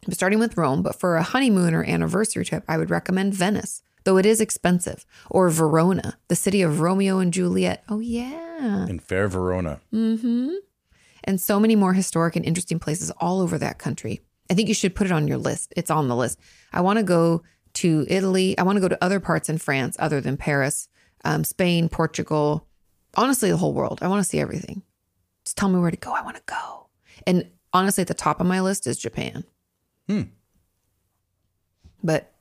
but starting with Rome, but for a honeymoon or anniversary trip, I would recommend Venice, though it is expensive, or Verona, the city of Romeo and Juliet. Oh, yeah. In Fair Verona. and so many more historic and interesting places all over that country. I think you should put it on your list. It's on the list. I want to go to Italy. I want to go to other parts in France other than Paris, um, Spain, Portugal, honestly, the whole world. I want to see everything. Just tell me where to go. I want to go. And honestly, at the top of my list is Japan. Hmm. But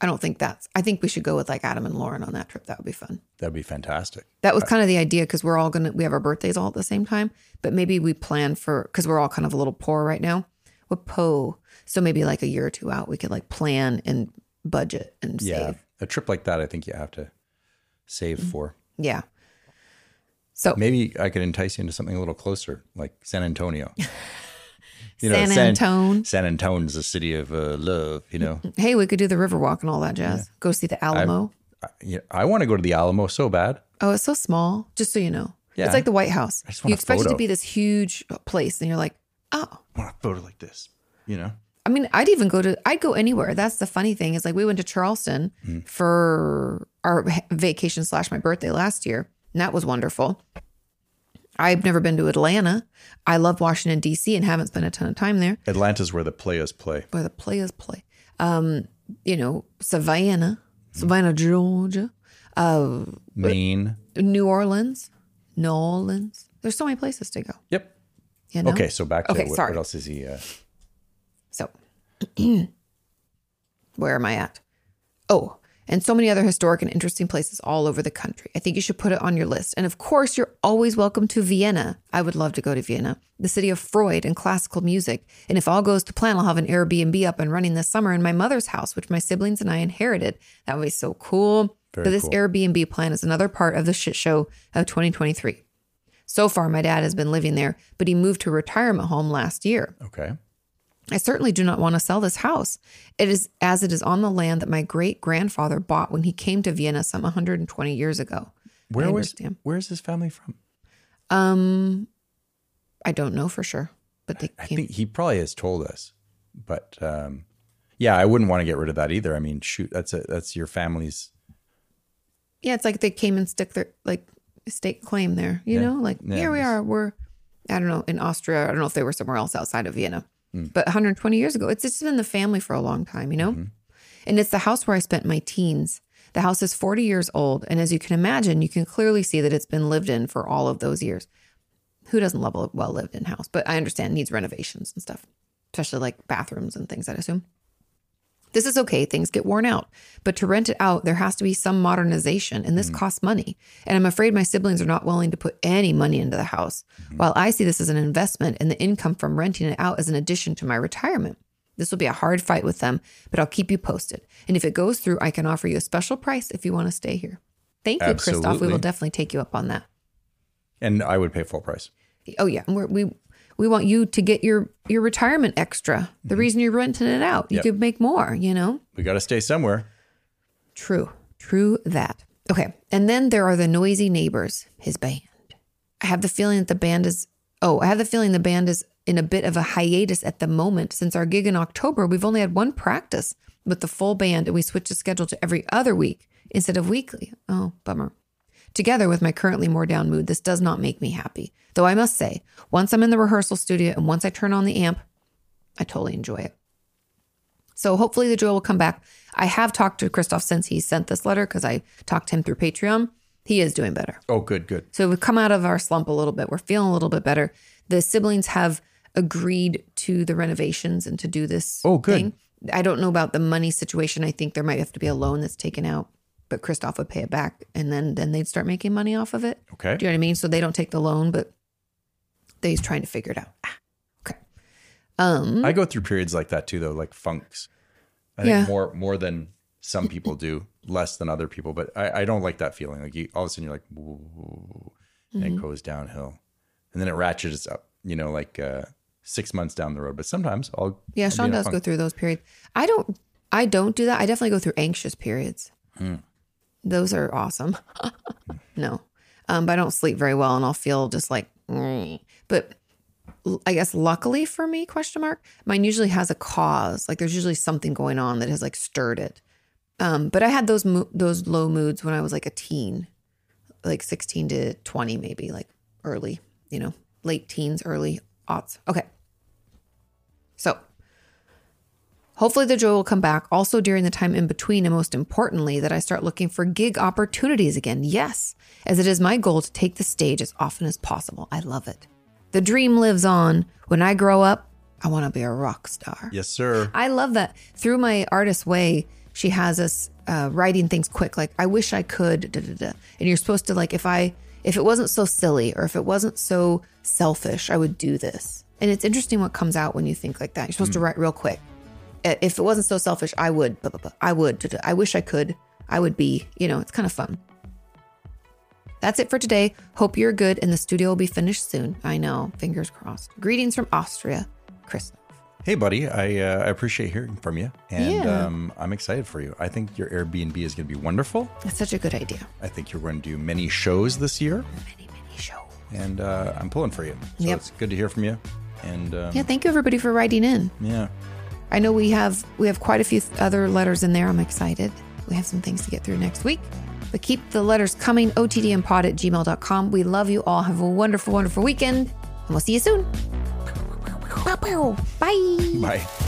I don't think that's, I think we should go with like Adam and Lauren on that trip. That would be fun. That'd be fantastic. That was kind of the idea because we're all gonna we have our birthdays all at the same time, but maybe we plan for because we're all kind of a little poor right now. We're po, so maybe like a year or two out, we could like plan and budget and Yeah. save. a trip like that, I think you have to save for. Yeah. So Maybe I could entice you into something a little closer, like San Antonio. You San Antone. San Antone's the city of uh, love. You know, hey, we could do the Riverwalk and all that jazz. Go see the Alamo. I, you know, I want to go to the Alamo so bad. oh, it's so small. Just so you know, Yeah. it's like the White House. just want You a expect it to photo. be this huge place, and you're like, oh. I want a photo like this. You know, I mean, I'd even go to I'd go anywhere. That's the funny thing is like we went to Charleston Hmm. for our vacation slash my birthday last year, and that was wonderful. I've never been to Atlanta. I love Washington D.C. and haven't spent a ton of time there, Atlanta's where the players play. where the players play. Um, you know, Savannah, Hmm. Savannah, Georgia, uh, Maine. New Orleans, New Orleans. There's so many places to go. Yep. You know? Okay, so back to Okay, what, sorry. what else is he? Uh, So, where am I at? Oh, and so many other historic and interesting places all over the country. I think you should put it on your list. And of course, you're always welcome to Vienna. I would love to go to Vienna, the city of Freud and classical music. And if all goes to plan, I'll have an Airbnb up and running this summer in my mother's house, which my siblings and I inherited. That would be so cool. but this Airbnb plan is another part of the shit show of 2023. So far, my dad has been living there, but he moved to a retirement home last year. okay. I certainly do not want to sell this house. It is as it is on the land that my great grandfather bought when he came to Vienna some 120 years ago. Where I was? understand. Where's his family from? Um, I don't know for sure, but they I came. think he probably has told us, but um, yeah, I wouldn't want to get rid of that either. I mean, shoot, that's a that's your family's. yeah, it's like they came and stick their like stake claim there. You know, like Yeah, here we it's- are. We're I don't know in Austria. I don't know if they were somewhere else outside of Vienna, Hmm. but 120 years ago, it's just been in the family for a long time. You know, Mm-hmm. and it's the house where I spent my teens. The house is 40 years old, and as you can imagine, you can clearly see that it's been lived in for all of those years. Who doesn't love a well lived in house? But I understand it needs renovations and stuff, especially like bathrooms and things. I'd assume. This is okay, things get worn out. But to rent it out, there has to be some modernization, and this costs money. And I'm afraid my siblings are not willing to put any money into the house, while I see this as an investment and the income from renting it out as an addition to my retirement. This will be a hard fight with them, but I'll keep you posted. And if it goes through, I can offer you a special price if you want to stay here. Thank you, Christoph. We Absolutely. will definitely take you up on that. And I would pay full price. Oh yeah, we're, we we want you to get your your retirement extra. The reason you're renting it out, you Yep. could make more. You know. We got to stay somewhere. True. True that. Okay. And then there are the noisy neighbors, his band. I have the feeling that the band is, oh, I have the feeling the band is in a bit of a hiatus at the moment. Since our gig in October, we've only had one practice with the full band and we switched the schedule to every other week instead of weekly. Oh, bummer. Together with my currently more down mood, this does not make me happy. Though I must say, once I'm in the rehearsal studio and once I turn on the amp, I totally enjoy it. So hopefully the joy will come back. I have talked to Christoph since he sent this letter because I talked to him through Patreon. He is doing better. Oh, good, good. So we've come out of our slump a little bit. We're feeling a little bit better. The siblings have agreed to the renovations and to do this. Oh, good. Thing. I don't know about the money situation. I think there might have to be a loan that's taken out, but Christoph would pay it back, and then then they'd start making money off of it. Okay. Do you know what I mean? So they don't take the loan, but they's trying to figure it out. Ah, okay. Um. I go through periods like that too, though, like funks. I think Yeah. more more than some people do, less than other people. But I, I don't like that feeling. Like you, all of a sudden you're like, "Ooh," and Mm-hmm. it goes downhill, and then it ratchets up. You know, like uh, six months down the road. But sometimes I'll Yeah, I'll be Sean in a does go funk. through those periods. I don't I don't do that. I definitely go through anxious periods. Hmm. Those are awesome. no. Um, but I don't sleep very well and I'll feel just like "Mm." but l- I guess luckily for me, question mark, mine usually has a cause. Like there's usually something going on that has like stirred it. Um, but I had those mo- those low moods when I was like a teen, like 16 to 20 maybe, like early, you know, late teens, early aughts. Okay. So hopefully the joy will come back also during the time in between and most importantly that I start looking for gig opportunities again. Yes, as it is my goal to take the stage as often as possible. I love it. The dream lives on. When I grow up, I want to be a rock star. Yes, sir. I love that. Through my artist way, she has us uh, writing things quick. Like, I wish I could. Da, da, da. And you're supposed to like, if I, if it wasn't so silly or if it wasn't so selfish, I would do this. And it's interesting what comes out when you think like that. You're supposed to write real quick. Uh, If it wasn't so selfish, I would. Blah, blah, blah. I would. da, da. I wish I could. I would be, you know, it's kind of fun. That's it for today. Hope you're good and the studio will be finished soon. I know, fingers crossed. Greetings from Austria, Chris. Hey, buddy, I, uh, I appreciate hearing from you, and Yeah. um, I'm excited for you. I think your Airbnb is going to be wonderful. That's such a good idea. I think you're going to do many shows this year, Many, many show. and uh, I'm pulling for you. So Yep. it's good to hear from you. And um, Yeah, thank you everybody for writing in. yeah, I know we have we have quite a few other letters in there. I'm excited. We have some things to get through next week. But keep the letters coming, otdmpod at gmail.com. We love you all. Have a wonderful, wonderful weekend. And we'll see you soon. Bye. bye.